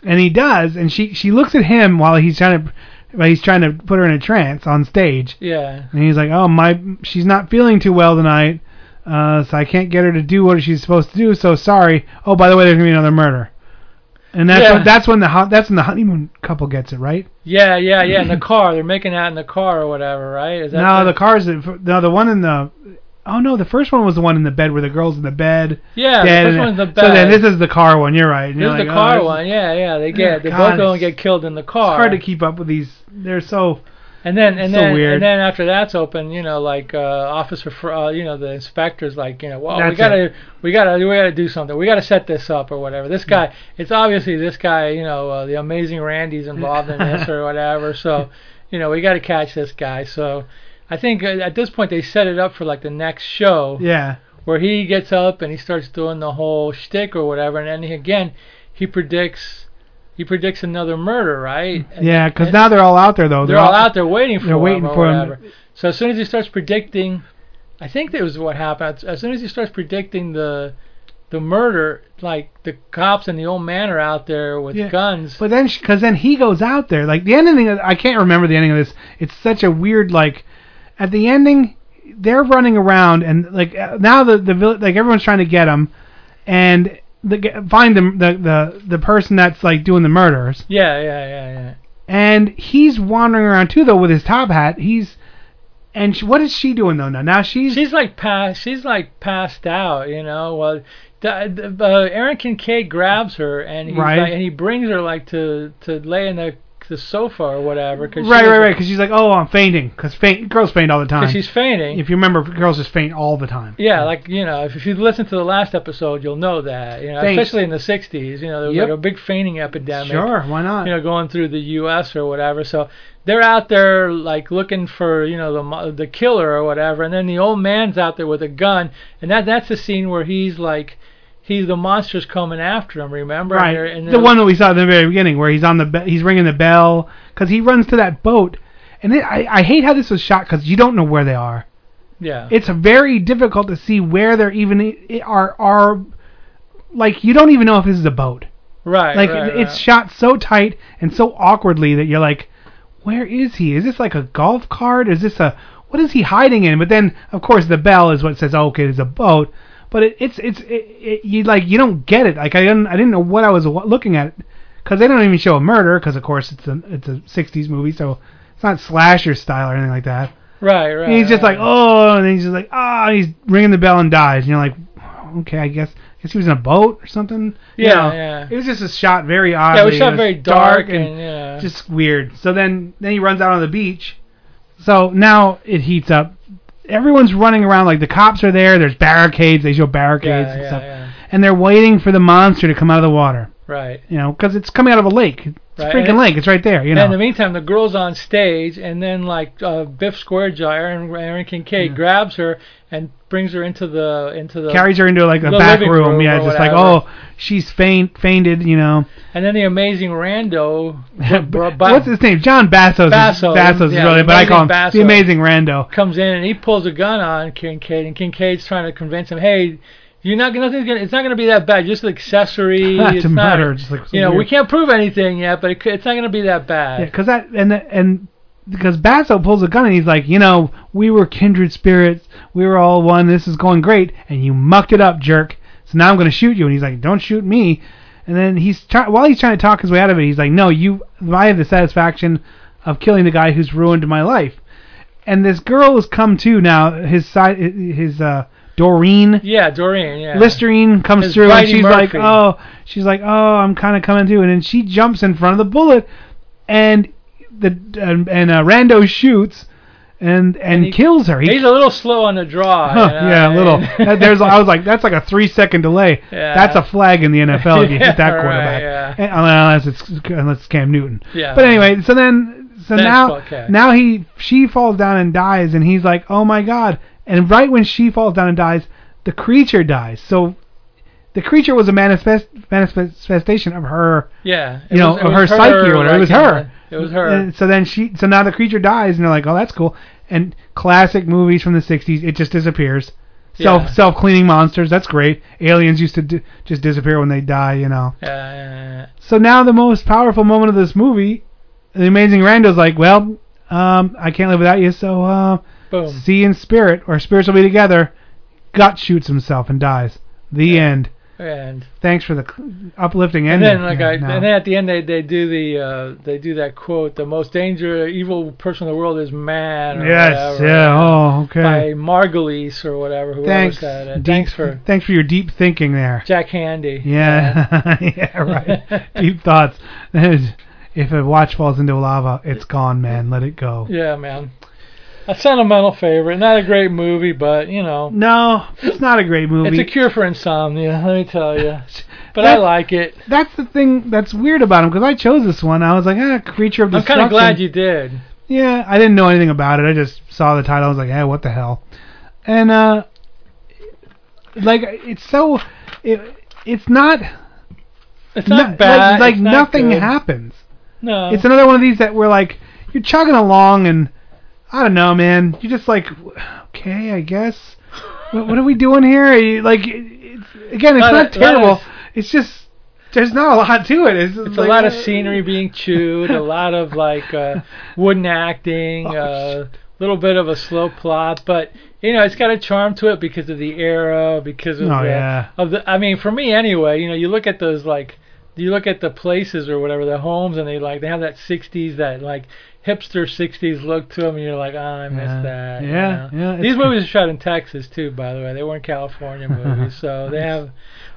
[SPEAKER 2] And he does, and she she looks at him while he's trying to while he's trying to put her in a trance on stage.
[SPEAKER 1] yeah,
[SPEAKER 2] And he's like, "Oh my, she's not feeling too well tonight, uh, so I can't get her to do what she's supposed to do. So sorry. Oh, by the way, there's gonna be another murder." And that's
[SPEAKER 1] Yeah.
[SPEAKER 2] when, that's when the hon- that's when the honeymoon couple gets it right.
[SPEAKER 1] yeah, yeah, yeah. In the car, they're making out in the car or whatever, right? Is that
[SPEAKER 2] No,
[SPEAKER 1] the-
[SPEAKER 2] the cars. that- No, the one in the. Oh no, the first one was the one in the bed where the girl's in the bed.
[SPEAKER 1] Yeah, the
[SPEAKER 2] dead,
[SPEAKER 1] first
[SPEAKER 2] and-
[SPEAKER 1] one's the
[SPEAKER 2] So then
[SPEAKER 1] bed.
[SPEAKER 2] this is the car one. You're right. And
[SPEAKER 1] This
[SPEAKER 2] you're
[SPEAKER 1] is
[SPEAKER 2] like,
[SPEAKER 1] the
[SPEAKER 2] oh,
[SPEAKER 1] car
[SPEAKER 2] this-
[SPEAKER 1] one, yeah, yeah. They
[SPEAKER 2] Yeah,
[SPEAKER 1] get they
[SPEAKER 2] God,
[SPEAKER 1] both of them
[SPEAKER 2] it's-
[SPEAKER 1] get killed in the
[SPEAKER 2] It's
[SPEAKER 1] car.
[SPEAKER 2] hard to keep up with these. They're so.
[SPEAKER 1] And then and
[SPEAKER 2] so
[SPEAKER 1] then
[SPEAKER 2] weird.
[SPEAKER 1] and then after that's open, you know, like uh, officer, Fr- uh, you know, the inspector's like, you know, well, we
[SPEAKER 2] That's
[SPEAKER 1] gotta, we gotta, we gotta do something. We gotta set this up or whatever. This guy, it's obviously this guy, you know, uh, the amazing Randy's involved in this or
[SPEAKER 2] (laughs)
[SPEAKER 1] whatever. So, you know, we gotta catch this guy. So, I think uh, at this point they set it up for like the next show
[SPEAKER 2] Yeah.
[SPEAKER 1] where he gets up and he starts doing the whole shtick or whatever, and then he, again he predicts he predicts another murder, right? And
[SPEAKER 2] Yeah, because now they're all out there though.
[SPEAKER 1] they're, all out there waiting for
[SPEAKER 2] they're
[SPEAKER 1] him
[SPEAKER 2] waiting
[SPEAKER 1] or
[SPEAKER 2] for him.
[SPEAKER 1] whatever. So as soon as he starts predicting, I think that was what happened. As soon as he starts predicting the the murder, like the cops and the old man are out there with
[SPEAKER 2] Yeah.
[SPEAKER 1] guns.
[SPEAKER 2] But then, because then he goes out there. Like the ending, of- I can't remember the ending of this. It's such a weird like. At the ending, they're running around and like uh, now the the vill- like everyone's trying to get him, and the g- find the the the, the person that's like doing the murders.
[SPEAKER 1] Yeah, yeah, yeah, yeah.
[SPEAKER 2] and he's wandering around too though with his top hat. He's and she, what is she doing though now? Now she's
[SPEAKER 1] She's like passed. She's like passed out. You know. Well, the, the, uh, Aaron Kincaid grabs her and he
[SPEAKER 2] Right.
[SPEAKER 1] like, and he brings her like to to lay in the the sofa or whatever. Cause she
[SPEAKER 2] right, right,
[SPEAKER 1] was-
[SPEAKER 2] right. Because she's like, oh, I'm fainting. Because faint girls faint all the time.
[SPEAKER 1] 'cause she's fainting.
[SPEAKER 2] if you remember, girls just faint all the time.
[SPEAKER 1] yeah, like you know, if, if you listen to the last episode, you'll know that. You know,
[SPEAKER 2] Thanks.
[SPEAKER 1] especially in the '60s, you know, there was
[SPEAKER 2] Yep.
[SPEAKER 1] like a big fainting epidemic.
[SPEAKER 2] Sure, why not?
[SPEAKER 1] You know, going through the U.S. or whatever. So they're out there like looking for you know the mo- the killer or whatever, and then the old man's out there with a gun, and that that's the scene where he's like, he's the monster's coming after him. Remember? And
[SPEAKER 2] Right.
[SPEAKER 1] they're- and
[SPEAKER 2] the
[SPEAKER 1] they're-
[SPEAKER 2] one that we saw at the very beginning, where he's on the be- he's ringing the bell because he runs to that boat, and it, I I hate how this was shot because you don't know where they are.
[SPEAKER 1] Yeah.
[SPEAKER 2] It's very difficult to see where they're even i- are are. Like you don't even know if this is a boat.
[SPEAKER 1] Right.
[SPEAKER 2] Like
[SPEAKER 1] right,
[SPEAKER 2] it's
[SPEAKER 1] right.
[SPEAKER 2] shot so tight and so awkwardly that you're like, where is he? Is this like a golf cart? Is this a what is he hiding in? But then of course the bell is what says, oh, okay, it's a boat. But it, it's it's it, it, you like you don't get it. Like I didn't I didn't know what I was wa- looking at because they don't even show a murder because of course it's a it's a 60s movie so it's not slasher style or anything like that.
[SPEAKER 1] Right, right.
[SPEAKER 2] And he's just like,
[SPEAKER 1] right.
[SPEAKER 2] oh, and then he's just like, ah, and he's ringing the bell and dies. And you're like, okay, I guess, I guess he was in a boat or something. You
[SPEAKER 1] Yeah,
[SPEAKER 2] know,
[SPEAKER 1] yeah.
[SPEAKER 2] It was just a shot very oddly.
[SPEAKER 1] Yeah, it was shot very dark, and, yeah.
[SPEAKER 2] just weird. So then, then he runs out on the beach. So now it heats up. Everyone's running around like the cops are there. There's barricades. They show barricades
[SPEAKER 1] yeah,
[SPEAKER 2] and
[SPEAKER 1] yeah,
[SPEAKER 2] stuff,
[SPEAKER 1] yeah.
[SPEAKER 2] and they're waiting for the monster to come out of the water.
[SPEAKER 1] Right.
[SPEAKER 2] You know, because it's coming out of a lake. It's
[SPEAKER 1] Right,
[SPEAKER 2] a freaking
[SPEAKER 1] and-
[SPEAKER 2] lake. It's right there. You
[SPEAKER 1] And in the
[SPEAKER 2] know.
[SPEAKER 1] meantime, the girl's on stage, and then like uh, Biff Squarejaw, Aaron, Aaron Kincaid grabs her and brings her into the into the
[SPEAKER 2] Carries her into like a
[SPEAKER 1] the
[SPEAKER 2] back
[SPEAKER 1] living
[SPEAKER 2] room.
[SPEAKER 1] room
[SPEAKER 2] yeah,
[SPEAKER 1] or
[SPEAKER 2] just
[SPEAKER 1] whatever.
[SPEAKER 2] like oh, she's faint, fainted. You know.
[SPEAKER 1] And then the amazing
[SPEAKER 2] (laughs)
[SPEAKER 1] Rando, br- br-
[SPEAKER 2] What's his name? John Basso's
[SPEAKER 1] Basso,
[SPEAKER 2] Basso's
[SPEAKER 1] yeah,
[SPEAKER 2] really,
[SPEAKER 1] the
[SPEAKER 2] but I call him
[SPEAKER 1] amazing
[SPEAKER 2] the
[SPEAKER 1] Basso.
[SPEAKER 2] amazing Rando.
[SPEAKER 1] comes in and he pulls a gun on Kincaid, and Kincaid's trying to convince him, hey, you're not nothing's gonna, it's not gonna be that bad, just
[SPEAKER 2] (laughs)
[SPEAKER 1] an accessory.
[SPEAKER 2] It's
[SPEAKER 1] it's
[SPEAKER 2] a
[SPEAKER 1] not,
[SPEAKER 2] murder, just like some
[SPEAKER 1] you know, we
[SPEAKER 2] weird-
[SPEAKER 1] can't prove anything yet, but it, could- it's not gonna be that
[SPEAKER 2] Yeah,
[SPEAKER 1] bad.
[SPEAKER 2] because that and the, and because Basso pulls a gun and he's like, you know, we were kindred spirits, we were all one. This is going great, and you mucked it up, jerk. So now I'm gonna shoot you. And he's like, don't shoot me. And then he's try- while he's trying to talk his way out of it, he's like, no, you, I have the satisfaction of killing the guy who's ruined my life. And this girl has come to now. His side, his uh, Doreen.
[SPEAKER 1] Yeah, Doreen. Yeah.
[SPEAKER 2] Listerine comes
[SPEAKER 1] It's
[SPEAKER 2] through and
[SPEAKER 1] Whitey
[SPEAKER 2] she's like,
[SPEAKER 1] Murphy.
[SPEAKER 2] oh, she's like, oh, I'm kind of coming through, and then she jumps in front of the bullet, and the and, and uh, Rando shoots, and and, kills her. He-
[SPEAKER 1] He's a little slow on the draw.
[SPEAKER 2] Huh,
[SPEAKER 1] you know?
[SPEAKER 2] yeah, a
[SPEAKER 1] (laughs)
[SPEAKER 2] little. That- There's, I was like, that's like a three second delay.
[SPEAKER 1] Yeah.
[SPEAKER 2] That's a flag in the NFL if you
[SPEAKER 1] (laughs)
[SPEAKER 2] hit
[SPEAKER 1] Yeah,
[SPEAKER 2] that
[SPEAKER 1] right,
[SPEAKER 2] quarterback,
[SPEAKER 1] yeah.
[SPEAKER 2] And- uh, unless it's unless it's Cam Newton.
[SPEAKER 1] Yeah.
[SPEAKER 2] But anyway, so then, so
[SPEAKER 1] That's
[SPEAKER 2] now,
[SPEAKER 1] okay.
[SPEAKER 2] now he she falls down and dies, and he's like, oh my god! And right when she falls down and dies, the creature dies. So. The creature was a manifest, manifestation of her,
[SPEAKER 1] Yeah, it
[SPEAKER 2] you know,
[SPEAKER 1] was- it
[SPEAKER 2] of
[SPEAKER 1] was
[SPEAKER 2] her, psyche or whatever.
[SPEAKER 1] like,
[SPEAKER 2] it was
[SPEAKER 1] in
[SPEAKER 2] her.
[SPEAKER 1] the- It was her.
[SPEAKER 2] And so then she, so now the creature dies, and they're like, "Oh, that's cool." And classic movies from the '60s, it just disappears. Self
[SPEAKER 1] Yeah.
[SPEAKER 2] self cleaning monsters, that's great. Aliens used to d- just disappear when they die, you know.
[SPEAKER 1] Uh,
[SPEAKER 2] So now the most powerful moment of this movie, the amazing Rando's like, "Well, um, I can't live without you, so uh,
[SPEAKER 1] Boom.
[SPEAKER 2] see you in spirit, or spirits will be together." Gut shoots himself and dies. The end.
[SPEAKER 1] and
[SPEAKER 2] Thanks for the cl- uplifting
[SPEAKER 1] and
[SPEAKER 2] ending.
[SPEAKER 1] then like
[SPEAKER 2] Yeah,
[SPEAKER 1] I,
[SPEAKER 2] no.
[SPEAKER 1] and then at the end they, they do the uh, they do that quote the most dangerous evil person in the world is man or
[SPEAKER 2] yes,
[SPEAKER 1] whatever,
[SPEAKER 2] yeah, oh, okay.
[SPEAKER 1] by Margulies or whatever whoever
[SPEAKER 2] Thanks.
[SPEAKER 1] said it
[SPEAKER 2] Deep-
[SPEAKER 1] uh, thanks for
[SPEAKER 2] thanks for your deep thinking there.
[SPEAKER 1] Jack Handy
[SPEAKER 2] Yeah, (laughs) yeah,
[SPEAKER 1] (laughs)
[SPEAKER 2] right. Deep thoughts. (laughs) if a watch falls into lava, it's gone, man. Let it go.
[SPEAKER 1] yeah man a sentimental favorite not a great movie but you know
[SPEAKER 2] No, it's not a great movie.
[SPEAKER 1] it's a cure for insomnia (laughs) let me tell you but I
[SPEAKER 2] That-
[SPEAKER 1] like it
[SPEAKER 2] that's the thing that's weird about him because I chose this one. I was like, ah, creature of
[SPEAKER 1] I'm
[SPEAKER 2] destruction.
[SPEAKER 1] kind of glad you did
[SPEAKER 2] Yeah, I didn't know anything about it. I just saw the title. I was like, hey, what the hell? And uh, like it's so, it, it's not.
[SPEAKER 1] it's not
[SPEAKER 2] no-
[SPEAKER 1] bad
[SPEAKER 2] Like, like
[SPEAKER 1] it's not
[SPEAKER 2] nothing
[SPEAKER 1] good. Oh.
[SPEAKER 2] happens.
[SPEAKER 1] no
[SPEAKER 2] It's another one of these that we're like, you're chugging along, and I don't know, man. You're just like, okay, I
[SPEAKER 1] (laughs)
[SPEAKER 2] guess. What, what are we doing here? Are you, like, it's, again, it's
[SPEAKER 1] Lot
[SPEAKER 2] not
[SPEAKER 1] of- lot
[SPEAKER 2] terrible.
[SPEAKER 1] of-
[SPEAKER 2] it's just there's not a lot to it. It's, just
[SPEAKER 1] It's
[SPEAKER 2] like,
[SPEAKER 1] a lot of
[SPEAKER 2] uh,
[SPEAKER 1] scenery being chewed, a lot of
[SPEAKER 2] (laughs)
[SPEAKER 1] like uh, wooden acting, a uh, little bit of a slow plot, but you know it's got a charm to it because of the era, because of
[SPEAKER 2] Oh,
[SPEAKER 1] the,
[SPEAKER 2] yeah.
[SPEAKER 1] of the. I mean, for me anyway, you know, you look at those like you look at the places or whatever the homes, and they like they have that '60s that like hipster '60s look to them, and you're like, oh, I miss
[SPEAKER 2] Yeah.
[SPEAKER 1] that. you
[SPEAKER 2] Yeah,
[SPEAKER 1] know?
[SPEAKER 2] yeah, it's-
[SPEAKER 1] These movies are shot in Texas too, by the way. They
[SPEAKER 2] (laughs)
[SPEAKER 1] weren't California movies, so they have.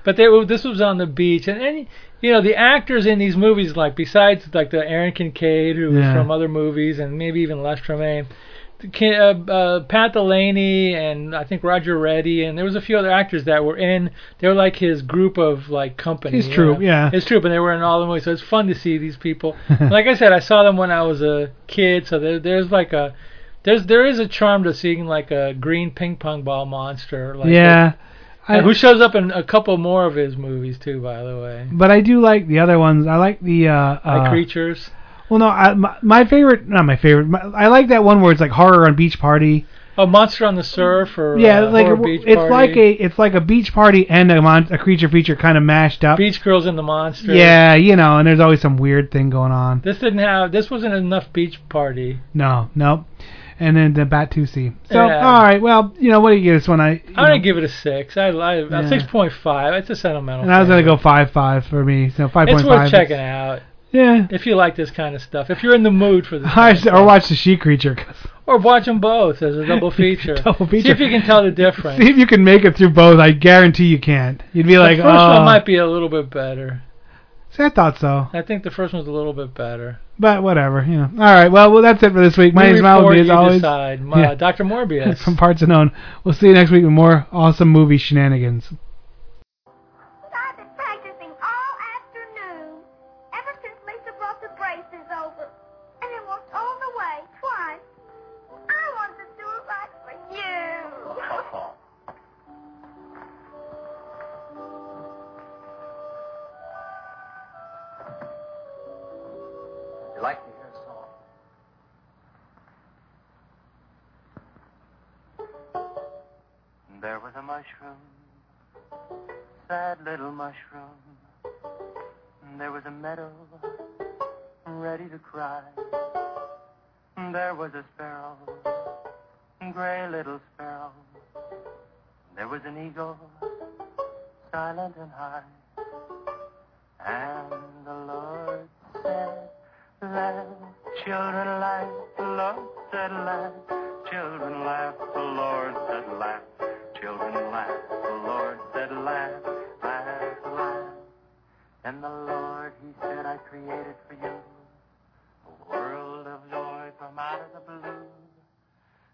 [SPEAKER 1] But they were, this was on the beach, and, and you know the actors in these movies, like besides like the Aaron Kincaid, who was
[SPEAKER 2] Yeah.
[SPEAKER 1] from other movies, and maybe even Les Tremaine, the ki- uh, uh, Pat Delaney, and I think Roger Reddy, and there was a few other actors that were in. They were like his group of like company.
[SPEAKER 2] His
[SPEAKER 1] you
[SPEAKER 2] troupe,
[SPEAKER 1] know?
[SPEAKER 2] yeah.
[SPEAKER 1] His troupe, and they were in all the movies, so it's fun to see
[SPEAKER 2] (laughs)
[SPEAKER 1] these people. And like I said, I saw them when I was a kid, so there, there's like a there's there is a charm to seeing like a green ping pong ball monster. Like
[SPEAKER 2] yeah.
[SPEAKER 1] and
[SPEAKER 2] I-
[SPEAKER 1] who shows up in a couple more of his movies too, by the way.
[SPEAKER 2] but I do like the other ones. I like the uh,
[SPEAKER 1] like
[SPEAKER 2] uh
[SPEAKER 1] creatures.
[SPEAKER 2] Well, no, I, my, my favorite, not my favorite. My, I like that one where it's like horror on beach party.
[SPEAKER 1] A Oh, monster on the surf, or
[SPEAKER 2] yeah,
[SPEAKER 1] uh,
[SPEAKER 2] like
[SPEAKER 1] Horror
[SPEAKER 2] a-
[SPEAKER 1] beach
[SPEAKER 2] it's
[SPEAKER 1] party.
[SPEAKER 2] like a it's like a beach party and a, mon- a creature feature kind of mashed up.
[SPEAKER 1] Beach Girls and the Monster.
[SPEAKER 2] Yeah, you know, and there's always some weird thing going on.
[SPEAKER 1] This didn't have. This wasn't enough beach party.
[SPEAKER 2] No, nope. And then the Batusi. So
[SPEAKER 1] Yeah.
[SPEAKER 2] all right, well, you know, what do you give this one? I you
[SPEAKER 1] I'm
[SPEAKER 2] know,
[SPEAKER 1] gonna give it a six. I, I
[SPEAKER 2] Yeah.
[SPEAKER 1] six point five. It's a sentimental.
[SPEAKER 2] and I was gonna
[SPEAKER 1] favorite.
[SPEAKER 2] go five five for me. So five
[SPEAKER 1] It's
[SPEAKER 2] point
[SPEAKER 1] worth
[SPEAKER 2] five.
[SPEAKER 1] checking out.
[SPEAKER 2] Yeah. (laughs)
[SPEAKER 1] If you like this kind of stuff, if you're in the mood for this, kind of
[SPEAKER 2] Or, or watch the she creature. 'cause-
[SPEAKER 1] stuff. or watch them both as a double
[SPEAKER 2] (laughs)
[SPEAKER 1] feature.
[SPEAKER 2] Double
[SPEAKER 1] See if
[SPEAKER 2] feature.
[SPEAKER 1] you can tell the
[SPEAKER 2] (laughs)
[SPEAKER 1] difference.
[SPEAKER 2] See if you can make it through both. I guarantee you can't. You'd be like,
[SPEAKER 1] the first
[SPEAKER 2] oh.
[SPEAKER 1] one might be a little bit better.
[SPEAKER 2] See, I thought so,
[SPEAKER 1] I think the first one's a little bit better.
[SPEAKER 2] but whatever. You know. All right. Well, well, that's it for this week. My
[SPEAKER 1] You
[SPEAKER 2] name's Mal.
[SPEAKER 1] report,
[SPEAKER 2] As
[SPEAKER 1] you
[SPEAKER 2] always,
[SPEAKER 1] decide. My-
[SPEAKER 2] Yeah.
[SPEAKER 1] Dr. Morbius.
[SPEAKER 2] (laughs) from Parts Unknown. We'll see you next week with more awesome movie shenanigans.
[SPEAKER 15] I've been practicing all afternoon, ever since Lisa brought the braces over. And I walked all the way, twice. I wanted to do it right for you.
[SPEAKER 16] You like to hear a song?
[SPEAKER 9] There was a mushroom, sad little mushroom. There was a meadow, ready to cry. There was a sparrow, gray little sparrow. There was an eagle, silent and high. And the Lord said, Laugh, children, laugh. The Lord said, Laugh, children, laugh. The Lord said, Laugh, children, laugh. The Lord said, Laugh, laugh, laugh. And the Lord, He said, I created for you a world of joy from out of the blue.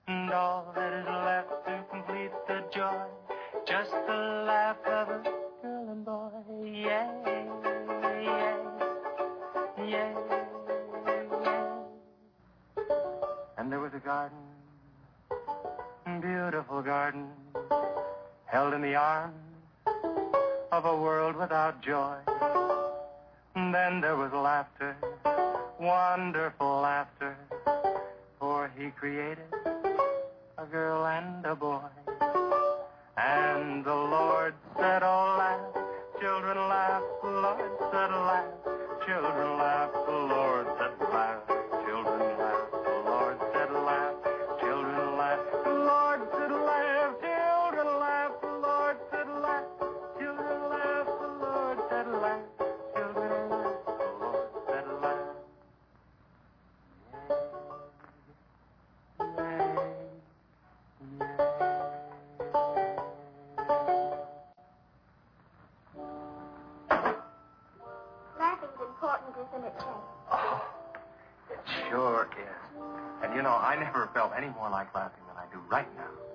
[SPEAKER 9] And all that is left to complete the joy, just the laugh of a girl and boy. Yeah, yeah, yeah, yeah. And there was a garden, beautiful garden, held in the arms of a world without joy. And then there was laughter, wonderful laughter, for he created a girl and a boy. And the Lord said, Oh, laugh, children, laugh. The Lord said, laugh, children, laugh. The Lord said, laugh, children, laugh. The Lord said, laugh, children, laugh. The Lord said, laugh, children, laugh. The Lord said, laugh, children, laugh. The Lord said, laugh, children, laugh. The Lord said, laugh.
[SPEAKER 15] Laughing's important, isn't it, Jack?
[SPEAKER 16] Sure is. And you know, I never felt any more like laughing than I do right now.